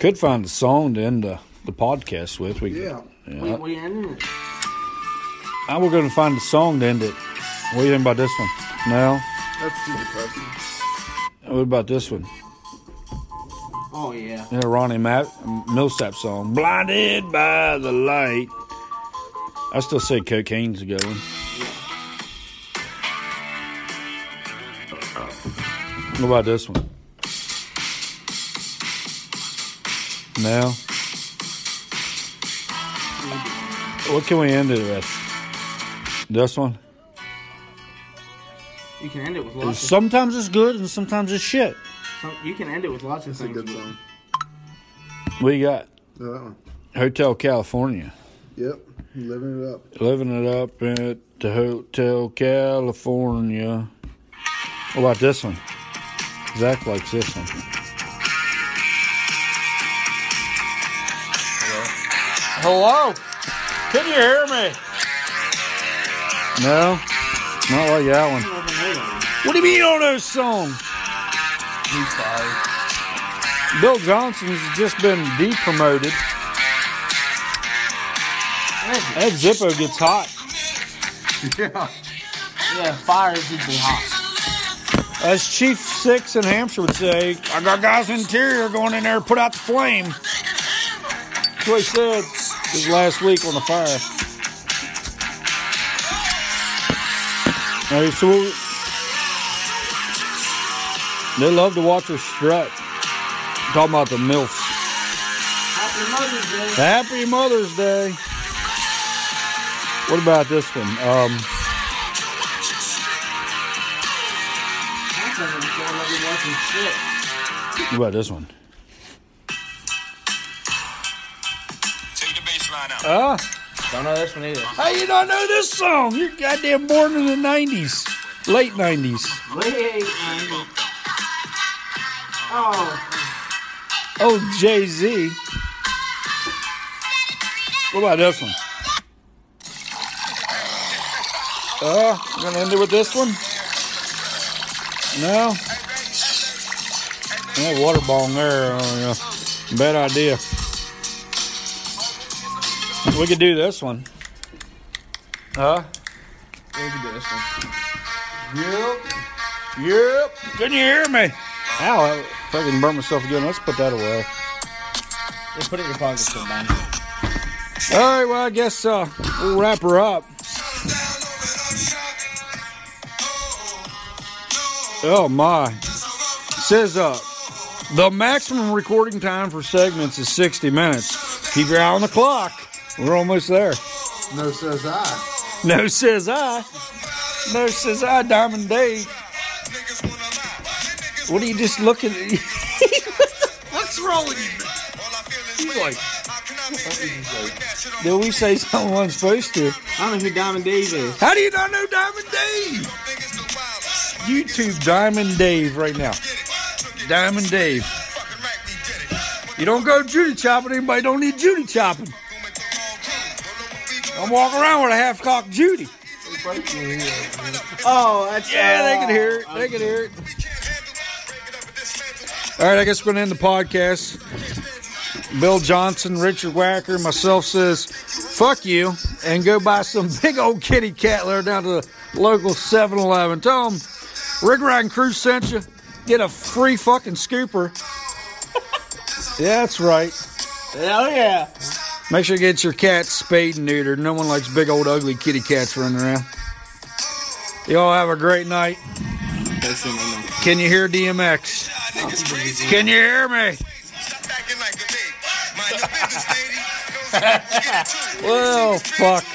[SPEAKER 1] Could find a song to end the, the podcast with. We
[SPEAKER 4] Yeah.
[SPEAKER 2] We, we ended it.
[SPEAKER 1] I we're going to find a song to end it. What do you think about this one? No.
[SPEAKER 4] That's too depressing.
[SPEAKER 1] What about this one?
[SPEAKER 2] Oh yeah.
[SPEAKER 1] Yeah, Ronnie Matt Millsap song, "Blinded by the Light." I still say cocaine's a good one. What about this one? Now, what can we end it with? This one.
[SPEAKER 2] You can end it with lots. Of,
[SPEAKER 1] Sometimes it's good and sometimes it's shit.
[SPEAKER 2] some, you can end it with lots of
[SPEAKER 4] It's a
[SPEAKER 2] things.
[SPEAKER 4] good
[SPEAKER 2] but-
[SPEAKER 4] song.
[SPEAKER 1] We got
[SPEAKER 4] Yeah, that one.
[SPEAKER 1] Hotel California.
[SPEAKER 4] Yep. Living it up.
[SPEAKER 1] Living it up at the Hotel California. What about this one? Zach likes this one. Hello? Can you hear me? No, not like that one. What do you mean you don't know those songs? Bill Johnson's just been depromoted. That Zippo gets hot.
[SPEAKER 4] Yeah.
[SPEAKER 2] Yeah, fire is usually hot.
[SPEAKER 1] As Chief Six in Hampshire would say, I got guys in interior going in there to put out the flame. That's what he said his last week on the fire. Hey, so we- they love to watch her strut. Talking about the MILFs.
[SPEAKER 2] Happy Mother's Day.
[SPEAKER 1] Happy Mother's Day. What about this one? Um,
[SPEAKER 2] That doesn't sound like you're watching shit.
[SPEAKER 1] what about this one?
[SPEAKER 3] Take the baseline out.
[SPEAKER 1] Ah.
[SPEAKER 2] Don't know this one either.
[SPEAKER 1] How you not know this song? You're goddamn born in the '90s, late '90s.
[SPEAKER 2] Wait, um, oh,
[SPEAKER 1] Oh, Jay Z. What about this one? Uh, we're gonna end it with this one. No. That water bomb there. Oh, yeah. Bad idea. We could do this one. Huh?
[SPEAKER 2] we can do this one.
[SPEAKER 1] Yep. Yep. Can you hear me? Ow, I fucking burnt myself again. Let's put that away.
[SPEAKER 2] Just put it in your pocket, so man.
[SPEAKER 1] All right, well, I guess uh, we'll wrap her up. Oh, my. Says, uh, the maximum recording time for segments is 60 minutes. Keep your eye on the clock. We're almost there.
[SPEAKER 4] No says I.
[SPEAKER 1] No, says I. No, says I, uh, Diamond Dave. What are you just looking at? What's wrong with you?
[SPEAKER 3] He's like,
[SPEAKER 1] Did we say something wasn't supposed to?
[SPEAKER 2] I don't know who Diamond Dave is.
[SPEAKER 1] How do you not know Diamond Dave? YouTube Diamond Dave right now. Diamond Dave. You don't go Judy chopping. Anybody don't need Judy chopping. I'm walking around with a half cocked Judy.
[SPEAKER 2] Oh, that's
[SPEAKER 1] Yeah, they can hear it. They can hear it. All right, I guess we're going to end the podcast. Bill Johnson, Richard Wacker, myself says, fuck you, and go buy some big old kitty cat litter down to the local 7 Eleven. Tell them Rig Riding Crew sent you. Get a free fucking scooper. yeah, that's right.
[SPEAKER 2] Hell Oh, yeah.
[SPEAKER 1] Make sure you get your cats spayed and neutered. No one likes big old ugly kitty cats running around. Y'all have a great night. Can you hear DMX? Can you hear me? Well, fuck.